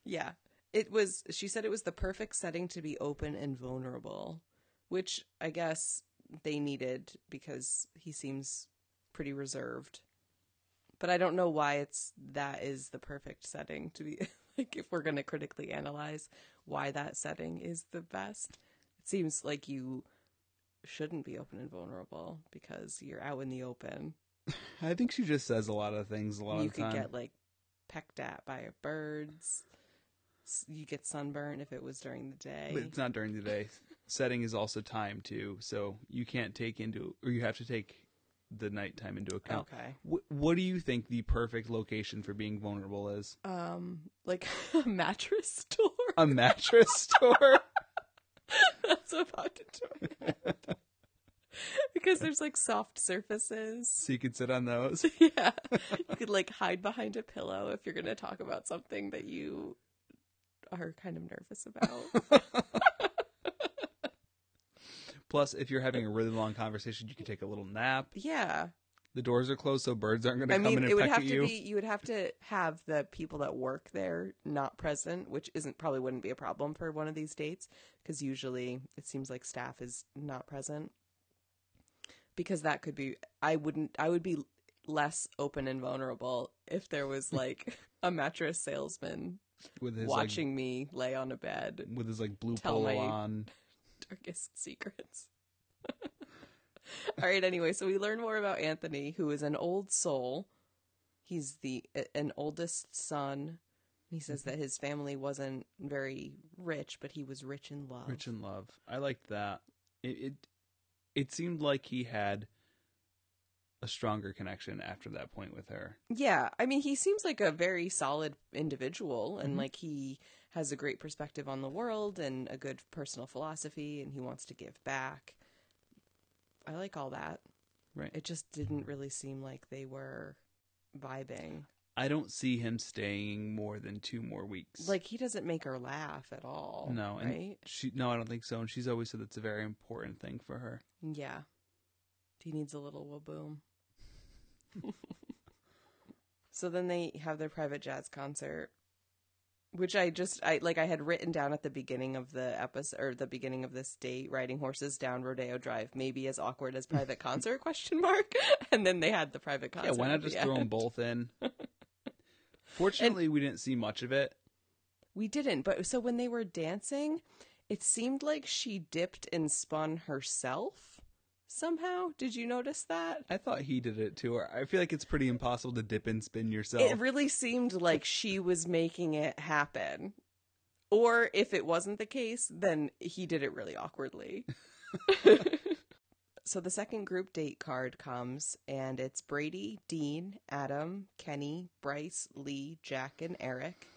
[SPEAKER 1] Yeah. It was she said it was the perfect setting to be open and vulnerable, which I guess they needed because he seems pretty reserved. But I don't know why it's that is the perfect setting to be like if we're going to critically analyze why that setting is the best. It seems like you shouldn't be open and vulnerable because you're out in the open.
[SPEAKER 2] I think she just says a lot of things a lot
[SPEAKER 1] You
[SPEAKER 2] of the
[SPEAKER 1] could
[SPEAKER 2] time.
[SPEAKER 1] get like pecked at by birds. S- You get sunburn if it was during the day.
[SPEAKER 2] But it's not during the day. Setting is also time too, so you can't take into or you have to take the nighttime into account.
[SPEAKER 1] Okay.
[SPEAKER 2] Wh- what do you think the perfect location for being vulnerable is?
[SPEAKER 1] Um, like a mattress store.
[SPEAKER 2] A mattress store?
[SPEAKER 1] That's what popped into my head. because there's like soft surfaces.
[SPEAKER 2] so you can sit on those.
[SPEAKER 1] Yeah, you could like hide behind a pillow if you're gonna talk about something that you are kind of nervous about.
[SPEAKER 2] Plus, if you're having a really long conversation, you can take a little nap.
[SPEAKER 1] yeah,
[SPEAKER 2] The doors are closed, so birds aren't going to
[SPEAKER 1] I
[SPEAKER 2] come in
[SPEAKER 1] mean,
[SPEAKER 2] and
[SPEAKER 1] it would
[SPEAKER 2] peck
[SPEAKER 1] have
[SPEAKER 2] at
[SPEAKER 1] to
[SPEAKER 2] you.
[SPEAKER 1] be you would have to have the people that work there not present, which isn't probably wouldn't be a problem for one of these dates because usually it seems like staff is not present. Because that could be I wouldn't I would be less open and vulnerable if there was like a mattress salesman
[SPEAKER 2] with his
[SPEAKER 1] watching me lay on a bed
[SPEAKER 2] like, with his like blue
[SPEAKER 1] Tell
[SPEAKER 2] polo
[SPEAKER 1] my-
[SPEAKER 2] on.
[SPEAKER 1] darkest secrets. All right, anyway, so we learn more about Anthony, who is an old soul. He's the an oldest son. He says that his family wasn't very rich, but he was rich in love.
[SPEAKER 2] Rich in love. I liked that. It, it it seemed like he had a stronger connection after that point with her. Mm-hmm.
[SPEAKER 1] yeah, I mean, he seems like a very solid individual, and like he has a great perspective on the world and a good personal philosophy and he wants to give back. I like all that.
[SPEAKER 2] Right.
[SPEAKER 1] It just didn't really seem like they were vibing.
[SPEAKER 2] I don't see him staying more than two more weeks.
[SPEAKER 1] Like he doesn't make her laugh at all.
[SPEAKER 2] no, and
[SPEAKER 1] right?
[SPEAKER 2] she no, I don't think so. And she's always said that's a very important thing for her.
[SPEAKER 1] Yeah. He needs a little waboom. so then they have their private jazz concert, which I just I like I had written down at the beginning of the episode or the beginning of this date, riding horses down Rodeo Drive, maybe as awkward as private concert question mark. And then they had the private concert.
[SPEAKER 2] yeah, why
[SPEAKER 1] at
[SPEAKER 2] not
[SPEAKER 1] the
[SPEAKER 2] just
[SPEAKER 1] end.
[SPEAKER 2] throw them both in? Fortunately, we didn't see much of it.
[SPEAKER 1] We didn't, but so when they were dancing, it seemed like she dipped and spun herself somehow. Did you notice that?
[SPEAKER 2] I thought he did it to her. I feel like it's pretty impossible to dip and spin yourself.
[SPEAKER 1] It really seemed like she was making it happen. Or if it wasn't the case, then he did it really awkwardly. so the second group date card comes, and it's Brady, Dean, Adam, Kenny, Bryce, Lee, Jack, and Eric.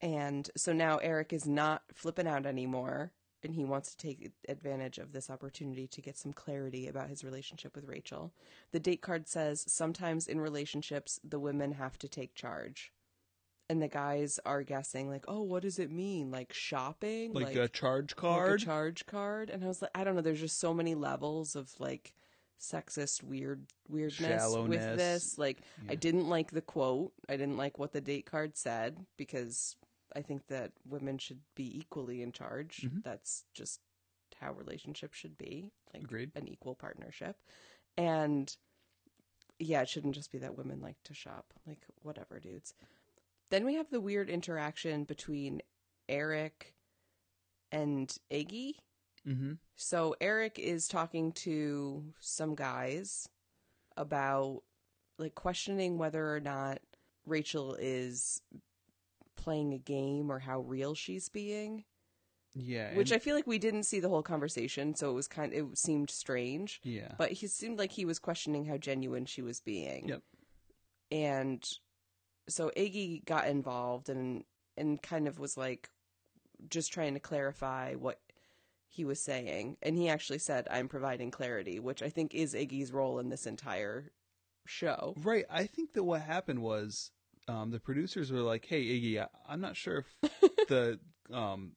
[SPEAKER 1] And so now Eric is not flipping out anymore, and he wants to take advantage of this opportunity to get some clarity about his relationship with Rachel. The date card says sometimes in relationships, the women have to take charge. And the guys are guessing, like, oh, what does it mean? Like shopping?
[SPEAKER 2] like, a charge
[SPEAKER 1] like
[SPEAKER 2] card.
[SPEAKER 1] a charge card. And I was like, I don't know. There's just so many levels of like sexist weird weirdness
[SPEAKER 2] Shallowness.
[SPEAKER 1] with this. Like, I didn't like the quote. I didn't like what the date card said because I think that women should be equally in charge. That's just how relationships should be. Like
[SPEAKER 2] Agreed.
[SPEAKER 1] an equal partnership. And yeah, it shouldn't just be that women like to shop. Like whatever, dudes. Then we have the weird interaction between Eric and Iggy.
[SPEAKER 2] mm-hmm.
[SPEAKER 1] So Eric is talking to some guys about like questioning whether or not Rachel is playing a game or how real she's being,
[SPEAKER 2] Yeah.
[SPEAKER 1] which
[SPEAKER 2] and-
[SPEAKER 1] I feel like we didn't see the whole conversation, so it was kind it seemed strange,
[SPEAKER 2] yeah.
[SPEAKER 1] but he seemed like he was questioning how genuine she was being.
[SPEAKER 2] Yep.
[SPEAKER 1] And so Iggy got involved and and kind of was like just trying to clarify what he was saying and he actually said i'm providing clarity which i think is iggy's role in this entire show
[SPEAKER 2] Right. I think that what happened was um, the producers were like, "Hey, Iggy, I- I'm not sure if the um,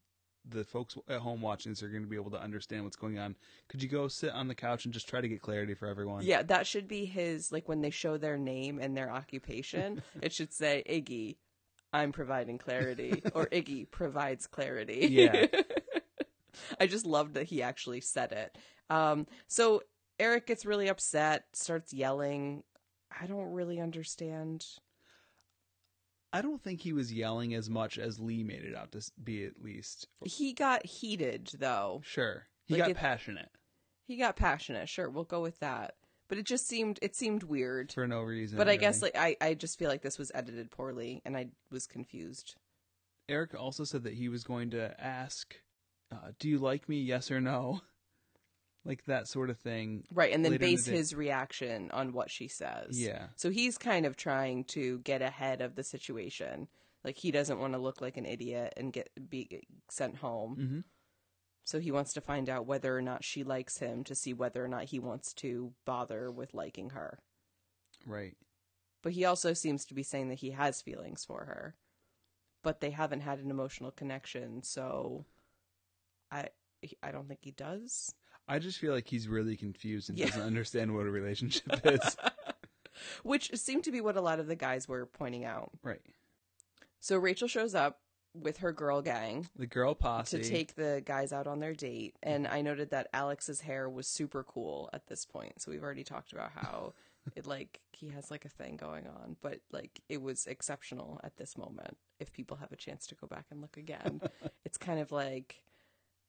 [SPEAKER 2] the folks at home watching this are going to be able to understand what's going on. Could you go sit on the couch and just try to get clarity for everyone?"
[SPEAKER 1] yeah that should be his like when they show their name and their occupation it should say iggy i'm providing clarity or iggy provides clarity
[SPEAKER 2] Yeah.
[SPEAKER 1] i just loved that he actually said it um so eric gets really upset starts yelling i don't really understand
[SPEAKER 2] I don't think he was yelling as much as Lee made it out to s- be. At least,
[SPEAKER 1] he got heated though
[SPEAKER 2] sure, he
[SPEAKER 1] Like
[SPEAKER 2] got
[SPEAKER 1] if-
[SPEAKER 2] passionate
[SPEAKER 1] he got passionate sure we'll go with that but it just seemed it seemed weird
[SPEAKER 2] for no reason.
[SPEAKER 1] but i guess
[SPEAKER 2] really.
[SPEAKER 1] like I, I just feel like this was edited poorly and i was confused
[SPEAKER 2] Eric also said that he was going to ask, uh, "Do you like me? Yes or no?" Like that sort of thing.
[SPEAKER 1] right and then
[SPEAKER 2] Later in the
[SPEAKER 1] base
[SPEAKER 2] day-
[SPEAKER 1] his reaction on what she says
[SPEAKER 2] Yeah.
[SPEAKER 1] so he's kind of trying to get ahead of the situation like he doesn't want to look like an idiot and get be sent home
[SPEAKER 2] Mm-hmm.
[SPEAKER 1] so he wants to find out whether or not she likes him to see whether or not he wants to bother with liking her
[SPEAKER 2] Right.
[SPEAKER 1] But he also seems to be saying that he has feelings for her, but they haven't had an emotional connection. So, I I don't think he does.
[SPEAKER 2] I just feel like he's really confused and
[SPEAKER 1] Yeah.
[SPEAKER 2] doesn't understand what a relationship is.
[SPEAKER 1] Which seemed to be what a lot of the guys were pointing out.
[SPEAKER 2] right.
[SPEAKER 1] So Rachel shows up with her girl gang
[SPEAKER 2] The girl posse.
[SPEAKER 1] to take the guys out on their date, and I noted that Alex's hair was super cool at this point. So we've already talked about how it like he has like a thing going on, but like it was exceptional at this moment. If people have a chance to go back and look again, it's kind of like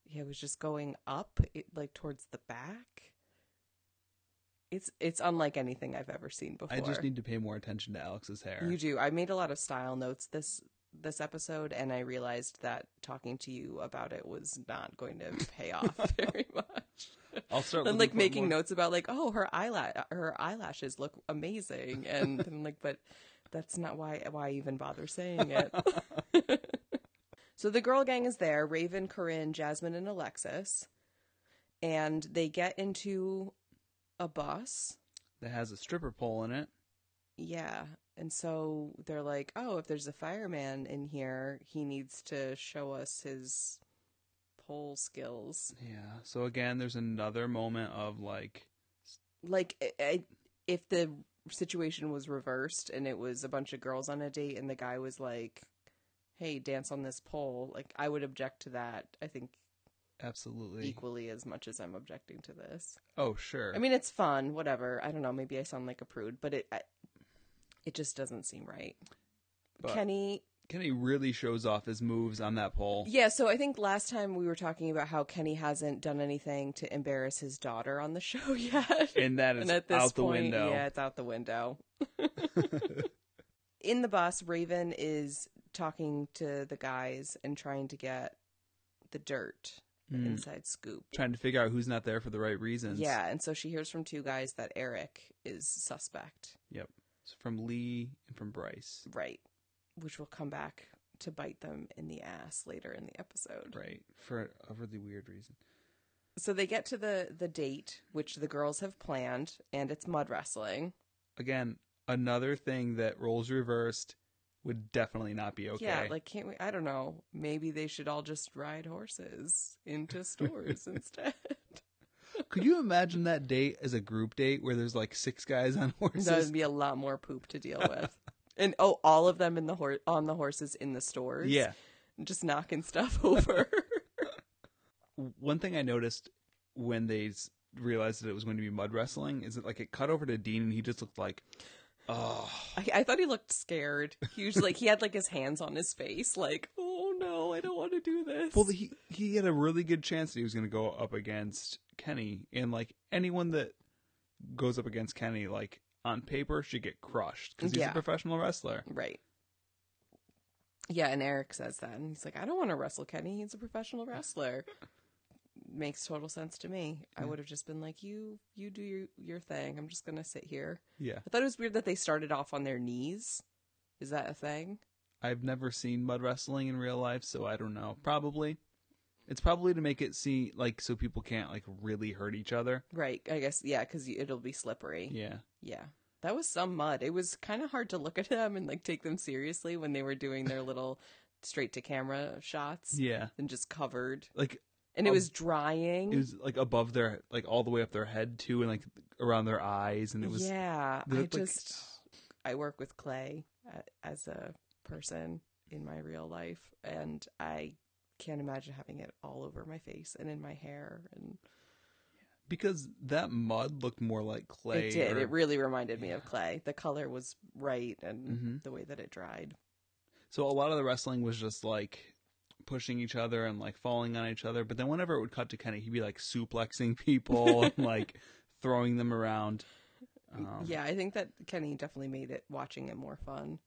[SPEAKER 1] yeah, it was just going up, it, like towards the back. It's it's unlike anything I've ever seen before.
[SPEAKER 2] I just need to pay more attention to Alex's hair.
[SPEAKER 1] You do. I made a lot of style notes this this episode and I realized that talking to you about it was not going to pay off very much.
[SPEAKER 2] I'll start
[SPEAKER 1] And
[SPEAKER 2] looking
[SPEAKER 1] like
[SPEAKER 2] for
[SPEAKER 1] making
[SPEAKER 2] more-
[SPEAKER 1] notes about like, oh, her eyelash her eyelashes look amazing and I'm like, but That's not why why I even bother saying it. so the girl gang is there, Raven, Corinne, Jasmine, and Alexis. And they get into a bus.
[SPEAKER 2] That has a stripper pole in it.
[SPEAKER 1] Yeah. And so they're like, "Oh, if there's a fireman in here, he needs to show us his pole skills."
[SPEAKER 2] Yeah. So again, there's another moment of like,
[SPEAKER 1] Like I- I, if the situation was reversed and it was a bunch of girls on a date and the guy was like, "Hey, dance on this pole." Like I would object to that. I think
[SPEAKER 2] absolutely.
[SPEAKER 1] equally as much as I'm objecting to this.
[SPEAKER 2] Oh, sure.
[SPEAKER 1] I mean, it's fun, whatever. I don't know. Maybe I sound like a prude, but it I, it just doesn't seem right.
[SPEAKER 2] But-
[SPEAKER 1] Kenny,
[SPEAKER 2] Kenny really shows off his moves on that pole.
[SPEAKER 1] yeah. So I think last time we were talking about how Kenny hasn't done anything to embarrass his daughter on the show yet,
[SPEAKER 2] And that is
[SPEAKER 1] and at this
[SPEAKER 2] out the
[SPEAKER 1] point,
[SPEAKER 2] window.
[SPEAKER 1] yeah, it's out the window. In the bus, Raven is talking to the guys and trying to get the dirt, the
[SPEAKER 2] Mm.
[SPEAKER 1] inside scoop.
[SPEAKER 2] Trying to figure out who's not there for the right reasons.
[SPEAKER 1] Yeah, and so she hears from two guys that Eric is suspect.
[SPEAKER 2] Yep. It's from Lee and from Bryce.
[SPEAKER 1] Right. Which will come back to bite them in the ass later in the episode.
[SPEAKER 2] Right. For a really weird reason.
[SPEAKER 1] So they get to the the date which the girls have planned and it's mud wrestling.
[SPEAKER 2] Again, another thing that roles reversed would definitely not be okay.
[SPEAKER 1] Yeah, like can't we I don't know, maybe they should all just ride horses into stores instead.
[SPEAKER 2] Could you imagine that date as a group date where there's like six guys on
[SPEAKER 1] That
[SPEAKER 2] horses?
[SPEAKER 1] would be a lot more poop to deal with. And oh, all of them in the hor- on the horses in the stores.
[SPEAKER 2] yeah.
[SPEAKER 1] Just knocking stuff over.
[SPEAKER 2] One thing I noticed when they s- realized that it was going to be mud wrestling is that like it cut over to Dean and he just looked like, oh,
[SPEAKER 1] I, I thought he looked scared. He was like he had like his hands on his face, like, oh no, I don't want to do this.
[SPEAKER 2] Well, he he had a really good chance that he was going to go up against Kenny, and like anyone that goes up against Kenny, like on paper, should get crushed because he's
[SPEAKER 1] Yeah.
[SPEAKER 2] a professional wrestler.
[SPEAKER 1] right. Yeah, and Eric says that, and he's like, I don't want to wrestle Kenny. He's a professional wrestler. Makes total sense to me. I would have just been like, you, you do your your thing. I'm just gonna sit here.
[SPEAKER 2] Yeah,
[SPEAKER 1] I thought it was weird that they started off on their knees. Is that a thing?
[SPEAKER 2] I've never seen mud wrestling in real life, so I don't know. Probably, it's probably to make it seem like so people can't like really hurt each other.
[SPEAKER 1] Right. I guess yeah, because it'll be slippery.
[SPEAKER 2] Yeah,
[SPEAKER 1] Yeah. That was some mud. It was kind of hard to look at them and like take them seriously when they were doing their little straight to camera shots
[SPEAKER 2] yeah,
[SPEAKER 1] and just covered.
[SPEAKER 2] like
[SPEAKER 1] And it
[SPEAKER 2] Um,
[SPEAKER 1] was drying.
[SPEAKER 2] it was like above their like all the way up their head too, and like around their eyes, and it was
[SPEAKER 1] yeah.
[SPEAKER 2] they
[SPEAKER 1] I
[SPEAKER 2] looked like-
[SPEAKER 1] just I work with clay uh, as a person in my real life and I can't imagine having it all over my face and in my hair and
[SPEAKER 2] because that mud looked more like clay.
[SPEAKER 1] it did.
[SPEAKER 2] or-
[SPEAKER 1] It really reminded me of
[SPEAKER 2] Yeah.
[SPEAKER 1] clay. The color was right and
[SPEAKER 2] Mhm.
[SPEAKER 1] the way that it dried.
[SPEAKER 2] So a lot of the wrestling was just like pushing each other and like falling on each other. But then whenever it would cut to Kenny, he'd be like suplexing people and like throwing them around. Um,
[SPEAKER 1] yeah, I think that Kenny definitely made it watching it more fun.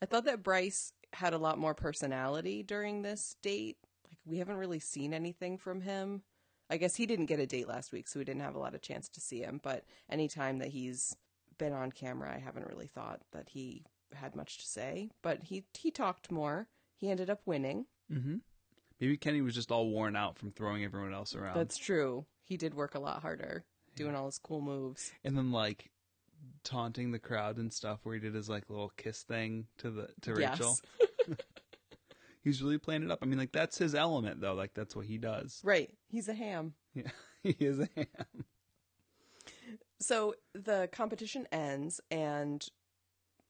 [SPEAKER 1] I thought that Bryce had a lot more personality during this date. Like we haven't really seen anything from him. I guess he didn't get a date last week, so we didn't have a lot of chance to see him, but any time that he's been on camera, I haven't really thought that he had much to say, but he he talked more. He ended up winning.
[SPEAKER 2] hmm Maybe Kenny was just all worn out from throwing everyone else around.
[SPEAKER 1] That's true. He did work a lot harder doing all his cool moves.
[SPEAKER 2] And then like taunting the crowd and stuff where he did his like little kiss thing to the to
[SPEAKER 1] Yes.
[SPEAKER 2] Rachel. He's really playing it up. I mean, like that's his element though. Like that's what he does.
[SPEAKER 1] Right. He's a ham.
[SPEAKER 2] Yeah. he is a ham.
[SPEAKER 1] so the competition ends and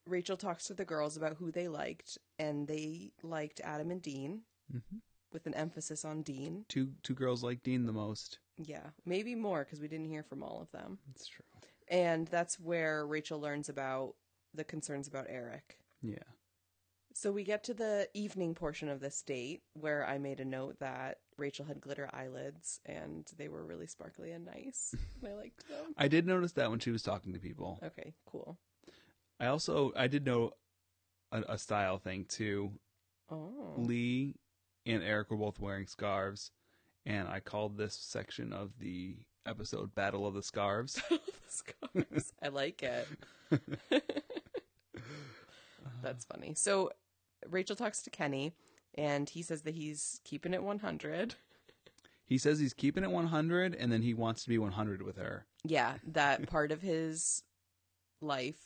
[SPEAKER 1] Rachel talks to the girls about who they liked and they liked Adam and Dean
[SPEAKER 2] Mhm.
[SPEAKER 1] with an emphasis on Dean.
[SPEAKER 2] Two two girls like Dean the most.
[SPEAKER 1] Yeah, maybe more because we didn't hear from all of them.
[SPEAKER 2] That's true.
[SPEAKER 1] And that's where Rachel learns about the concerns about Eric.
[SPEAKER 2] Yeah.
[SPEAKER 1] So we get to the evening portion of this date where I made a note that Rachel had glitter eyelids and they were really sparkly and nice. and I liked them.
[SPEAKER 2] I did notice that when she was talking to people.
[SPEAKER 1] Okay, cool.
[SPEAKER 2] I also I did know a, a style thing too.
[SPEAKER 1] Oh.
[SPEAKER 2] Lee and Eric were both wearing scarves, and I called this section of the episode "Battle of the Scarves."
[SPEAKER 1] Battle of the Scars. I like it. That's funny. So Rachel talks to Kenny, and he says that he's keeping it 100.
[SPEAKER 2] He says he's keeping it 100 and then he wants to be 100 with her.
[SPEAKER 1] Yeah, that part of his life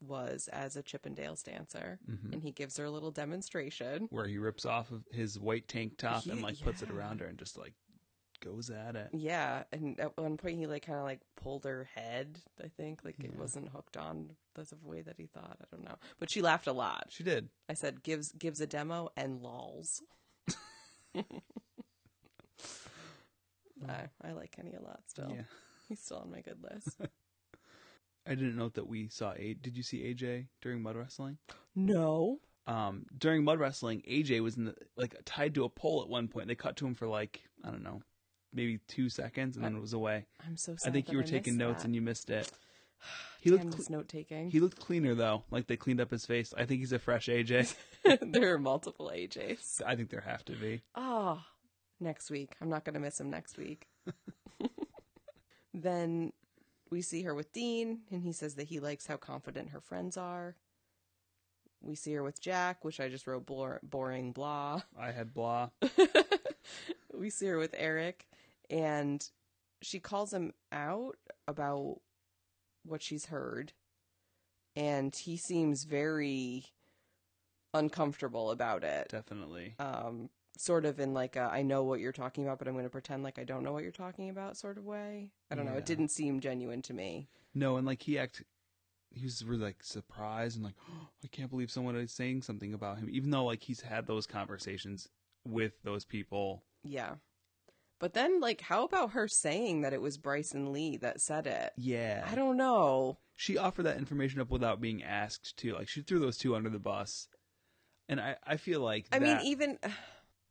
[SPEAKER 1] was as a Chippendales dancer,
[SPEAKER 2] hmm
[SPEAKER 1] and he gives her a little demonstration.
[SPEAKER 2] Where he rips off of his white tank top and
[SPEAKER 1] Ye-
[SPEAKER 2] like puts it
[SPEAKER 1] yeah.
[SPEAKER 2] around her and just like goes at it.
[SPEAKER 1] Yeah, and at one point he like kind of like pulled her head. I think like it
[SPEAKER 2] Yeah.
[SPEAKER 1] wasn't hooked on the way that he thought. I don't know, but she laughed a lot.
[SPEAKER 2] She did.
[SPEAKER 1] I said gives gives a demo and lols.
[SPEAKER 2] Mm.
[SPEAKER 1] I, I like Kenny a lot still.
[SPEAKER 2] Yeah.
[SPEAKER 1] He's still on my good list.
[SPEAKER 2] I didn't note that we saw A Did you see AJ during mud wrestling?
[SPEAKER 1] no.
[SPEAKER 2] Um, during mud wrestling, AJ was in the, like tied to a pole at one point. They cut to him for like I don't know, maybe two seconds, and then it was away.
[SPEAKER 1] I'm so
[SPEAKER 2] I
[SPEAKER 1] sad.
[SPEAKER 2] think
[SPEAKER 1] that
[SPEAKER 2] you were
[SPEAKER 1] missed
[SPEAKER 2] taking notes
[SPEAKER 1] that.
[SPEAKER 2] and you missed it. He
[SPEAKER 1] Damn
[SPEAKER 2] looked
[SPEAKER 1] this note taking.
[SPEAKER 2] he looked cleaner though. Like they cleaned up his face. I think he's a fresh AJ.
[SPEAKER 1] there are multiple AJs.
[SPEAKER 2] I think there have to be.
[SPEAKER 1] Ah, next week. I'm not going to miss him next week. then we see her with Dean, and he says that he likes how confident her friends are. We see her with Jack, which I just wrote bor- boring blah.
[SPEAKER 2] I had blah.
[SPEAKER 1] we see her with Eric, and she calls him out about what she's heard, and he seems very uncomfortable about it.
[SPEAKER 2] Definitely.
[SPEAKER 1] Um, sort of in like a, I know what you're talking about, but I'm going to pretend like I don't know what you're talking about sort of way. I don't know.
[SPEAKER 2] Yeah.
[SPEAKER 1] It didn't seem genuine to me.
[SPEAKER 2] No, and like he act he was really like surprised and like I can't believe someone is saying something about him. Even though like he's had those conversations with those people.
[SPEAKER 1] Yeah. But then, like, how about her saying that it was Bryson Lee that said it?
[SPEAKER 2] Yeah.
[SPEAKER 1] I don't know.
[SPEAKER 2] she offered that information up without being asked to. Like she threw those two under the bus. And I, I feel like
[SPEAKER 1] I
[SPEAKER 2] that-
[SPEAKER 1] mean, e-, even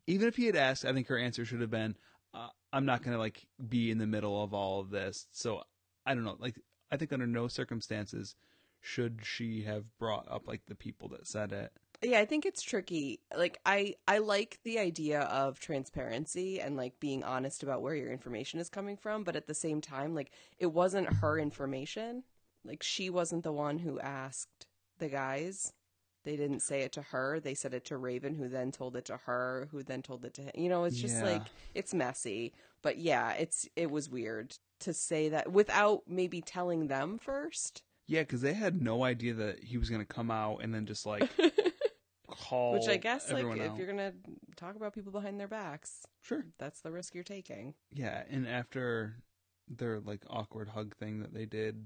[SPEAKER 2] even if he had asked, I think her answer should have been, uh, "I'm not going to like be in the middle of all of this." So I don't know. Like I think under no circumstances should she have brought up like the people that said it.
[SPEAKER 1] yeah i think it's tricky like i i like the idea of transparency and like being honest about where your information is coming from but at the same time like it wasn't her information like she wasn't the one who asked the guys they didn't say it to her they said it to raven who then told it to her who then told it to him you know it's just
[SPEAKER 2] Yeah.
[SPEAKER 1] like it's messy but yeah it's it was weird to say that without maybe telling them first
[SPEAKER 2] Yeah, because they had no idea that he was going to come out and then just like call.
[SPEAKER 1] which i guess like
[SPEAKER 2] everyone
[SPEAKER 1] if
[SPEAKER 2] out.
[SPEAKER 1] you're gonna talk about people behind their backs
[SPEAKER 2] sure,
[SPEAKER 1] that's the risk you're taking.
[SPEAKER 2] yeah, and after their like awkward hug thing that they did,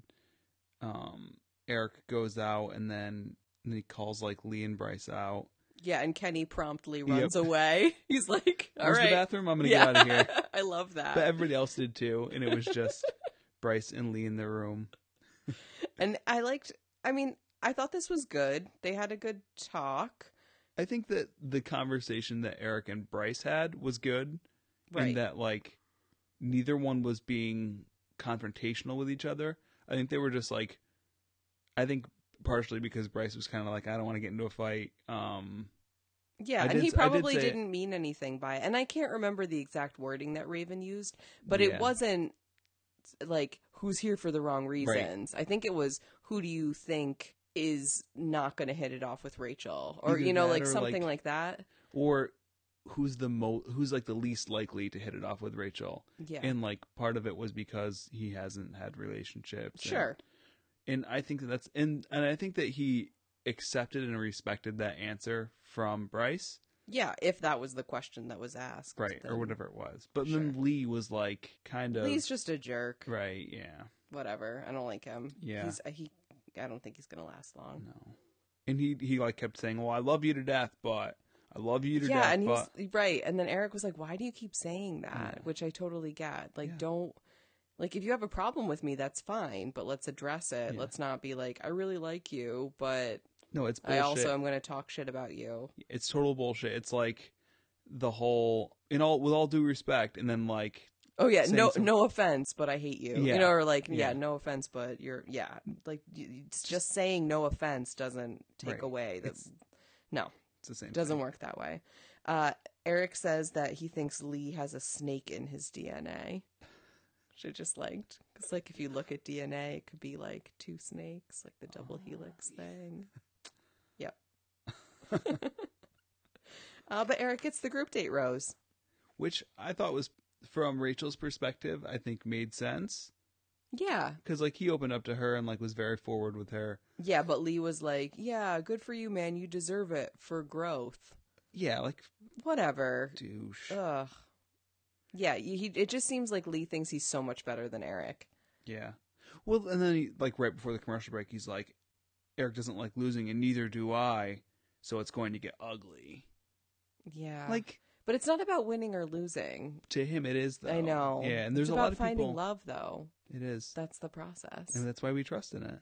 [SPEAKER 2] um, Eric goes out and then. And he calls like Lee and Bryce out.
[SPEAKER 1] Yeah, and Kenny promptly runs away. He's like, "All
[SPEAKER 2] Where's the
[SPEAKER 1] right,
[SPEAKER 2] bathroom? I'm gonna
[SPEAKER 1] yeah,
[SPEAKER 2] get out of here.
[SPEAKER 1] I love that.
[SPEAKER 2] but everybody else did too, and it was just Bryce and Lee in the room.
[SPEAKER 1] and I liked. I mean, I thought this was good. They had a good talk,
[SPEAKER 2] I think that the conversation that Eric and Bryce had was good,
[SPEAKER 1] right?
[SPEAKER 2] in that like neither one was being confrontational with each other. I think they were just like, I think partially because Bryce was kind of like, I don't want to get into a fight. Um,
[SPEAKER 1] yeah,
[SPEAKER 2] I
[SPEAKER 1] and
[SPEAKER 2] did- I
[SPEAKER 1] he
[SPEAKER 2] did
[SPEAKER 1] probably
[SPEAKER 2] say it-
[SPEAKER 1] did not mean anything by it. And I can't remember the exact wording that Raven used, but
[SPEAKER 2] Yeah.
[SPEAKER 1] it wasn't like who's here for the wrong reasons. I think it was who do you think is not going to hit it off with Rachel, or
[SPEAKER 2] Either
[SPEAKER 1] you know,
[SPEAKER 2] that
[SPEAKER 1] like
[SPEAKER 2] or,
[SPEAKER 1] something like
[SPEAKER 2] like-
[SPEAKER 1] that.
[SPEAKER 2] or who's the mo who's like the least likely to hit it off with Rachel?
[SPEAKER 1] Yeah,
[SPEAKER 2] And like part of it was because he hasn't had relationships. and-
[SPEAKER 1] sure.
[SPEAKER 2] and I think that that's and and I think that he accepted and respected that answer from Bryce,
[SPEAKER 1] Yeah, if that was the question that was asked.
[SPEAKER 2] right, or
[SPEAKER 1] then-
[SPEAKER 2] whatever it was. But then
[SPEAKER 1] Sure.
[SPEAKER 2] Lee was like, kind of,
[SPEAKER 1] Lee's just a jerk.
[SPEAKER 2] right, yeah,
[SPEAKER 1] Whatever. I don't like him.
[SPEAKER 2] Yeah.
[SPEAKER 1] He's, he. I don't think he's gonna last long.
[SPEAKER 2] no, and he he like kept saying, well, I love you to death, but I love you to
[SPEAKER 1] Yeah,
[SPEAKER 2] death,
[SPEAKER 1] and
[SPEAKER 2] but
[SPEAKER 1] he's right. And then Eric was like, "Why do you keep saying that?"
[SPEAKER 2] Yeah.
[SPEAKER 1] Which I totally get. Like,
[SPEAKER 2] Yeah.
[SPEAKER 1] don't. Like, if you have a problem with me, that's fine, but let's address it.
[SPEAKER 2] Yeah.
[SPEAKER 1] Let's not be like, "I really like you," but
[SPEAKER 2] no, it's
[SPEAKER 1] I
[SPEAKER 2] bullshit.
[SPEAKER 1] also am gonna talk shit about you.
[SPEAKER 2] it's total bullshit. It's like the whole in all with all due respect, and then like
[SPEAKER 1] Oh yeah,
[SPEAKER 2] Saying
[SPEAKER 1] no,
[SPEAKER 2] some-
[SPEAKER 1] no offense, but I hate you.
[SPEAKER 2] Yeah.
[SPEAKER 1] You know, or like, yeah,
[SPEAKER 2] Yeah.
[SPEAKER 1] no offense, but you're, yeah, like y- y- it's just saying no offense doesn't take
[SPEAKER 2] Right.
[SPEAKER 1] away that.
[SPEAKER 2] It's-
[SPEAKER 1] No,
[SPEAKER 2] it's the same.
[SPEAKER 1] it doesn't
[SPEAKER 2] thing.
[SPEAKER 1] work that way. Uh, Eric says that he thinks Lee has a snake in his DNA, which I just liked. It's like if you look at DNA, it could be like two snakes, like the double helix thing. Yep, Uh, but Eric gets the group date rose.
[SPEAKER 2] Which I thought was, from Rachel's perspective, I think made sense.
[SPEAKER 1] Yeah.
[SPEAKER 2] Because, like, he opened up to her and, like, was very forward with her.
[SPEAKER 1] Yeah, but Lee was like, yeah, good for you, man. You deserve it for growth.
[SPEAKER 2] Yeah, like,
[SPEAKER 1] Whatever.
[SPEAKER 2] douche.
[SPEAKER 1] Ugh. Yeah, he, it just seems like Lee thinks he's so much better than Eric.
[SPEAKER 2] Yeah. Well, and then, he, like, right before the commercial break, he's like, Eric doesn't like losing, and neither do I, so it's going to get ugly.
[SPEAKER 1] Yeah.
[SPEAKER 2] Like,
[SPEAKER 1] but it's not about winning or losing.
[SPEAKER 2] to him, it is, though.
[SPEAKER 1] I know.
[SPEAKER 2] Yeah, and there's
[SPEAKER 1] it's
[SPEAKER 2] a
[SPEAKER 1] about
[SPEAKER 2] lot of
[SPEAKER 1] finding
[SPEAKER 2] people.
[SPEAKER 1] love though.
[SPEAKER 2] It is.
[SPEAKER 1] That's the process.
[SPEAKER 2] And that's why we trust in it.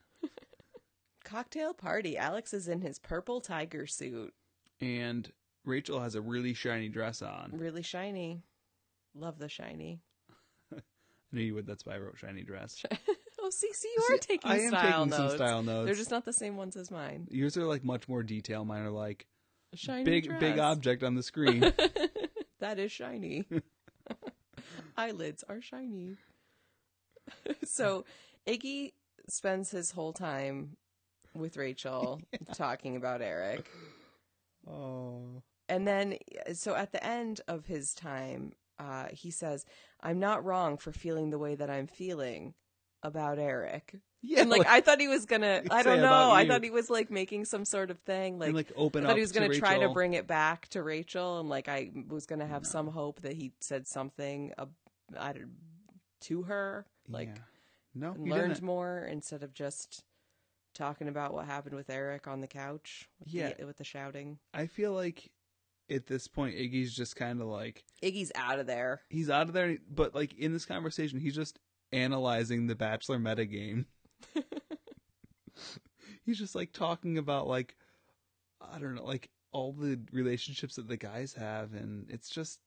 [SPEAKER 1] Cocktail party. Alex is in his purple tiger suit.
[SPEAKER 2] And Rachel has a really shiny dress on.
[SPEAKER 1] Really shiny. Love the shiny.
[SPEAKER 2] I knew you would. That's why I wrote shiny dress.
[SPEAKER 1] Oh, Cece, you are
[SPEAKER 2] See,
[SPEAKER 1] taking
[SPEAKER 2] I am
[SPEAKER 1] style
[SPEAKER 2] taking some
[SPEAKER 1] notes.
[SPEAKER 2] style notes.
[SPEAKER 1] They're just not the same ones as mine.
[SPEAKER 2] Yours are like much more detail. Mine are like
[SPEAKER 1] Shiny
[SPEAKER 2] big,
[SPEAKER 1] dress.
[SPEAKER 2] big object on the screen.
[SPEAKER 1] That is shiny. Eyelids are shiny. so Iggy spends his whole time with Rachel talking about Eric.
[SPEAKER 2] oh,
[SPEAKER 1] And then, so at the end of his time, uh, he says, I'm not wrong for feeling the way that I'm feeling about Eric.
[SPEAKER 2] yeah.
[SPEAKER 1] And like, I thought he was gonna, I
[SPEAKER 2] Say
[SPEAKER 1] don't
[SPEAKER 2] about
[SPEAKER 1] know, I
[SPEAKER 2] you.
[SPEAKER 1] thought he was like making some sort of thing. Like,
[SPEAKER 2] and, like
[SPEAKER 1] I
[SPEAKER 2] open up.
[SPEAKER 1] thought he was going to try to
[SPEAKER 2] Rachel.
[SPEAKER 1] bring it back to Rachel, and like I was going to have some hope that he said something uh, I don't, to her, like
[SPEAKER 2] Yeah. no,
[SPEAKER 1] and
[SPEAKER 2] he
[SPEAKER 1] learned
[SPEAKER 2] didn't.
[SPEAKER 1] more instead of just talking about what happened with Eric on the couch. With
[SPEAKER 2] Yeah.
[SPEAKER 1] the, with the shouting,
[SPEAKER 2] I feel like at this point Iggy's just kind of like
[SPEAKER 1] Iggy's out of there.
[SPEAKER 2] he's out of there. But like in this conversation, he's just analyzing the Bachelor metagame. he's just like talking about like I don't know, like all the relationships that the guys have, and it's just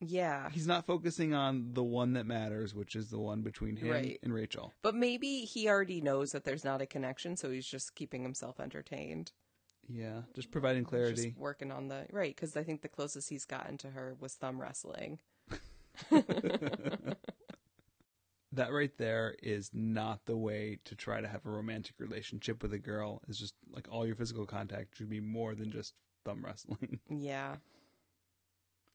[SPEAKER 1] Yeah,
[SPEAKER 2] he's not focusing on the one that matters, which is the one between him
[SPEAKER 1] Right.
[SPEAKER 2] and Rachel.
[SPEAKER 1] but maybe he already knows that there's not a connection, so he's just keeping himself entertained,
[SPEAKER 2] Yeah, just providing
[SPEAKER 1] He's just
[SPEAKER 2] clarity.
[SPEAKER 1] working on the right because I think the closest he's gotten to her was thumb wrestling.
[SPEAKER 2] That right there is not the way to try to have a romantic relationship with a girl. Is just like all your physical contact should be more than just thumb wrestling.
[SPEAKER 1] Yeah.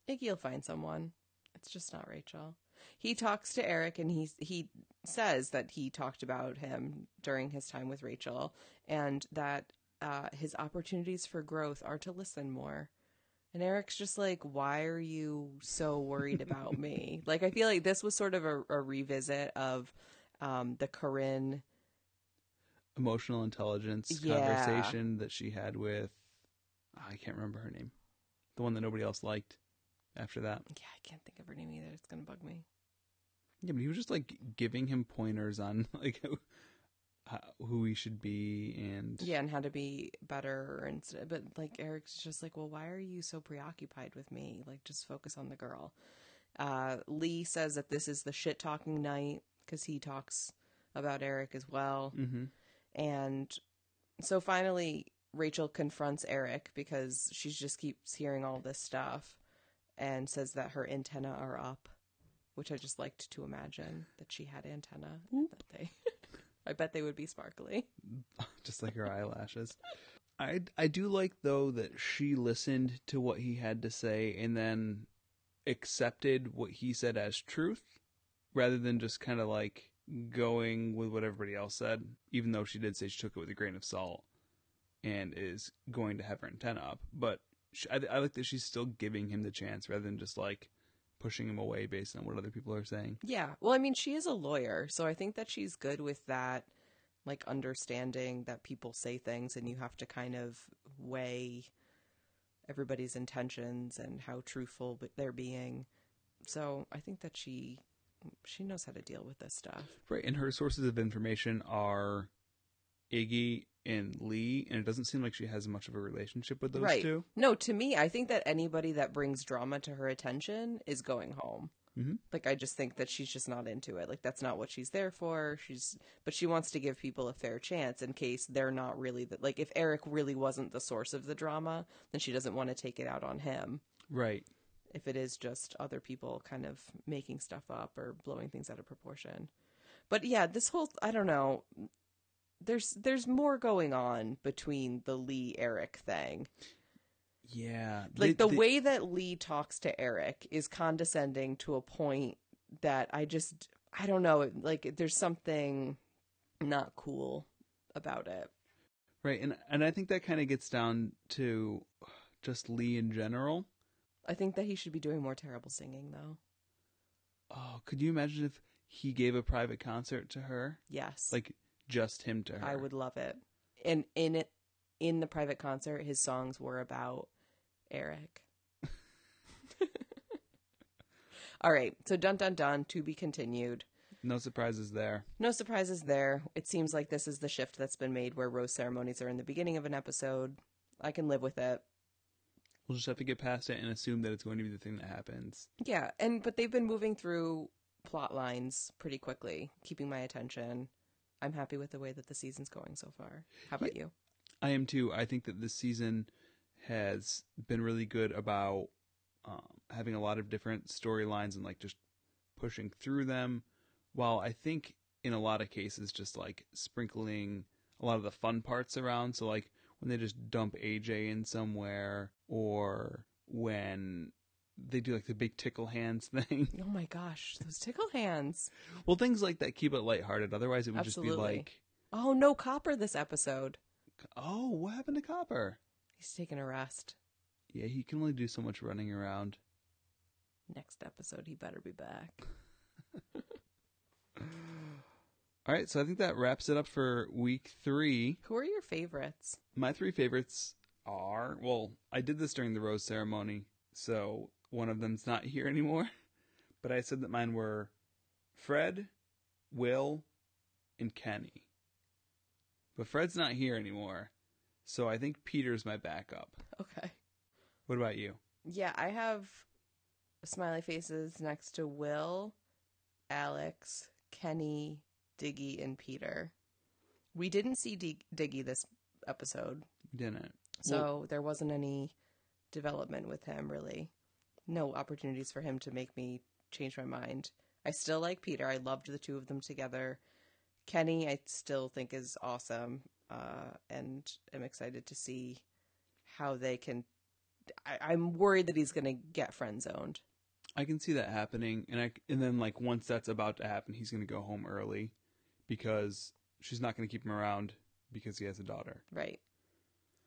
[SPEAKER 1] Iggy will find someone. It's just not Rachel. He talks to Eric and he he says that he talked about him during his time with Rachel and that uh, his opportunities for growth are to listen more. And Eric's just like, why are you so worried about me? like, I feel like this was sort of a, a revisit of um, the Corinne.
[SPEAKER 2] Emotional intelligence
[SPEAKER 1] Yeah.
[SPEAKER 2] conversation that she had with ah, I can't remember her name, the one that nobody else liked. After that,
[SPEAKER 1] Yeah, I can't think of her name either. It's going to bug me.
[SPEAKER 2] yeah, but he was just like giving him pointers on like how- who he should be and
[SPEAKER 1] yeah and how to be better and s- but like eric's just like well why are you so preoccupied with me like just focus on the girl uh lee says that this is the shit talking night because he talks about eric as well
[SPEAKER 2] hmm
[SPEAKER 1] and so finally rachel confronts eric because she just keeps hearing all this stuff and says that her antenna are up which i just liked to imagine that she had antenna
[SPEAKER 2] Whoop.
[SPEAKER 1] that they i bet they would be sparkly
[SPEAKER 2] just like her eyelashes. I I do like though that she listened to what he had to say and then accepted what he said as truth rather than just kind of like going with what everybody else said even though she did say she took it with a grain of salt and is going to have her antenna up but she, I, I like that she's still giving him the chance rather than just like pushing him away based on what other people are saying
[SPEAKER 1] Yeah. Well, I mean, she is a lawyer, so I think that she's good with that, like understanding that people say things and you have to kind of weigh everybody's intentions and how truthful b- they're being. So I think that she she knows how to deal with this stuff.
[SPEAKER 2] Right, and her sources of information are Iggy and Lee, and it doesn't seem like she has much of a relationship with those
[SPEAKER 1] right.
[SPEAKER 2] two.
[SPEAKER 1] No, to me, I think that anybody that brings drama to her attention is going home.
[SPEAKER 2] Mhm.
[SPEAKER 1] Like I just think that she's just not into it. Like that's not what she's there for. She's but she wants to give people a fair chance in case they're not really the, like if Eric really wasn't the source of the drama, then she doesn't want to take it out on him.
[SPEAKER 2] Right.
[SPEAKER 1] If it is just other people kind of making stuff up or blowing things out of proportion. But yeah, this whole I don't know there's there's more going on between the Lee Eric thing
[SPEAKER 2] Yeah.
[SPEAKER 1] Like
[SPEAKER 2] They-
[SPEAKER 1] the
[SPEAKER 2] they-
[SPEAKER 1] way that Lee talks to Eric is condescending to a point that I just I don't know, it- like there's something not cool about it.
[SPEAKER 2] Right. And and I think that kind of gets down to just Lee in general.
[SPEAKER 1] I think that he should be doing more terrible singing though.
[SPEAKER 2] Oh, could you imagine if he gave a private concert to her?
[SPEAKER 1] Yes.
[SPEAKER 2] Like just him to her.
[SPEAKER 1] I would love it. And in it in the private concert his songs were about Eric. All right. So dun dun dun to be continued.
[SPEAKER 2] No surprises there.
[SPEAKER 1] No surprises there. It seems like this is the shift that's been made where rose ceremonies are in the beginning of an episode. I can live with it.
[SPEAKER 2] We'll just have to get past it and assume that it's going to be the thing that happens.
[SPEAKER 1] Yeah, and but they've been moving through plot lines pretty quickly, keeping my attention. I'm happy with the way that the season's going so far. How about you?
[SPEAKER 2] I am too. I think that this season has been really good about um, having a lot of different storylines and like just pushing through them. While I think in a lot of cases, just like sprinkling a lot of the fun parts around. So like when they just dump AJ in somewhere, or when they do like the big tickle hands thing.
[SPEAKER 1] Oh my gosh, those tickle hands.
[SPEAKER 2] well, things like that keep it lighthearted. Otherwise, it would just be
[SPEAKER 1] Absolutely.
[SPEAKER 2] like,
[SPEAKER 1] Oh no, Copper this episode.
[SPEAKER 2] oh, what happened to Copper?
[SPEAKER 1] He's taking a rest.
[SPEAKER 2] Yeah, he can only do so much running around.
[SPEAKER 1] Next episode he better be back.
[SPEAKER 2] All right, so I think that wraps it up for week three.
[SPEAKER 1] Who are your favorites?
[SPEAKER 2] My three favorites are well, I did this during the rose ceremony, so one of them's not here anymore. But I said that mine were Fred, Will, and Kenny. But Fred's not here anymore, so I think Peter's my backup.
[SPEAKER 1] Okay.
[SPEAKER 2] What about you?
[SPEAKER 1] Yeah, I have smiley faces next to Will, Alex, Kenny, Diggy, and Peter. We didn't see D- Diggy this episode,
[SPEAKER 2] Didn't.
[SPEAKER 1] so there wasn't any development with him really. No opportunities for him to make me change my mind. I still like Peter. I loved the two of them together. Kenny, I still think is awesome, uh, and am excited to see how they can. I, I'm worried that he's going to get friend zoned.
[SPEAKER 2] I can see that happening, and I and then like once that's about to happen, he's gonna go home early because she's not gonna keep him around because he has a daughter.
[SPEAKER 1] Right.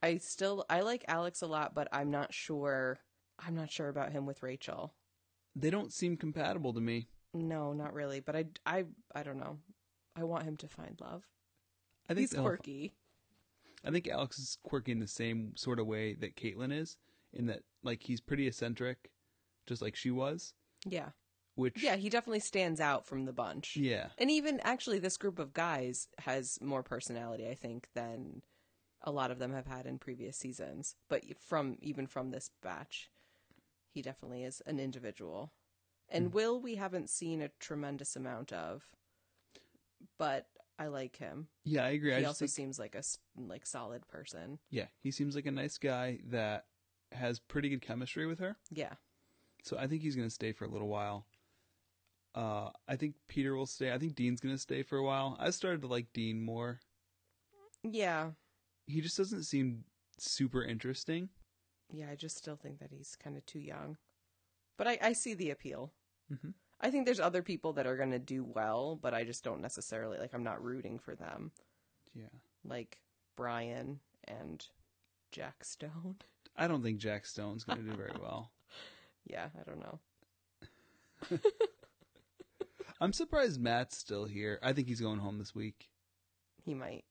[SPEAKER 1] I still I like Alex a lot, but I'm not sure. I'm not sure about him with Rachel.
[SPEAKER 2] They don't seem compatible to me.
[SPEAKER 1] No, not really. But I I I don't know. I want him to find love.
[SPEAKER 2] I think
[SPEAKER 1] He's
[SPEAKER 2] they'll-
[SPEAKER 1] quirky.
[SPEAKER 2] I think Alex is quirky in the same sort of way that Caitlyn is, in that like he's pretty eccentric, just like she was.
[SPEAKER 1] Yeah.
[SPEAKER 2] Which
[SPEAKER 1] Yeah, he definitely stands out from the bunch.
[SPEAKER 2] yeah,
[SPEAKER 1] And even actually this group of guys has more personality, I think, than a lot of them have had in previous seasons. But from even from this batch, he definitely is an individual. And
[SPEAKER 2] Mm.
[SPEAKER 1] Will we haven't seen a tremendous amount of, but I like him.
[SPEAKER 2] yeah, I agree. I
[SPEAKER 1] he
[SPEAKER 2] just
[SPEAKER 1] also
[SPEAKER 2] think-
[SPEAKER 1] seems like a s- like solid person.
[SPEAKER 2] yeah, he seems like a nice guy that has pretty good chemistry with her.
[SPEAKER 1] Yeah.
[SPEAKER 2] So I think he's going to stay for a little while. Uh, I think Peter will stay. I think Dean's going to stay for a while. I started to like Dean more.
[SPEAKER 1] Yeah.
[SPEAKER 2] He just doesn't seem super interesting.
[SPEAKER 1] Yeah, I just still think that he's kind of too young. But I, I see the appeal.
[SPEAKER 2] Mhm.
[SPEAKER 1] I think there's other people that are going to do well, but I just don't necessarily, like, I'm not rooting for them.
[SPEAKER 2] Yeah.
[SPEAKER 1] Like Brian and Jack Stone.
[SPEAKER 2] I don't think Jack Stone's going to do very well.
[SPEAKER 1] Yeah, I don't know.
[SPEAKER 2] I'm surprised Matt's still here. I think he's going home this week.
[SPEAKER 1] He might.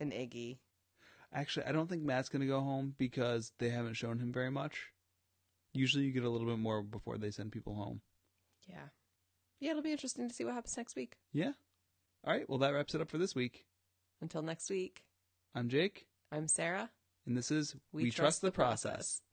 [SPEAKER 1] An Iggy.
[SPEAKER 2] Actually, I don't think Matt's going to go home because they haven't shown him very much. Usually you get a little bit more before they send people home.
[SPEAKER 1] Yeah. Yeah, it'll be interesting to see what happens next week.
[SPEAKER 2] Yeah. All right. Well, that wraps it up for this week.
[SPEAKER 1] Until next week,
[SPEAKER 2] I'm Jake,
[SPEAKER 1] I'm Sarah.
[SPEAKER 2] and this is We, Trust, the process.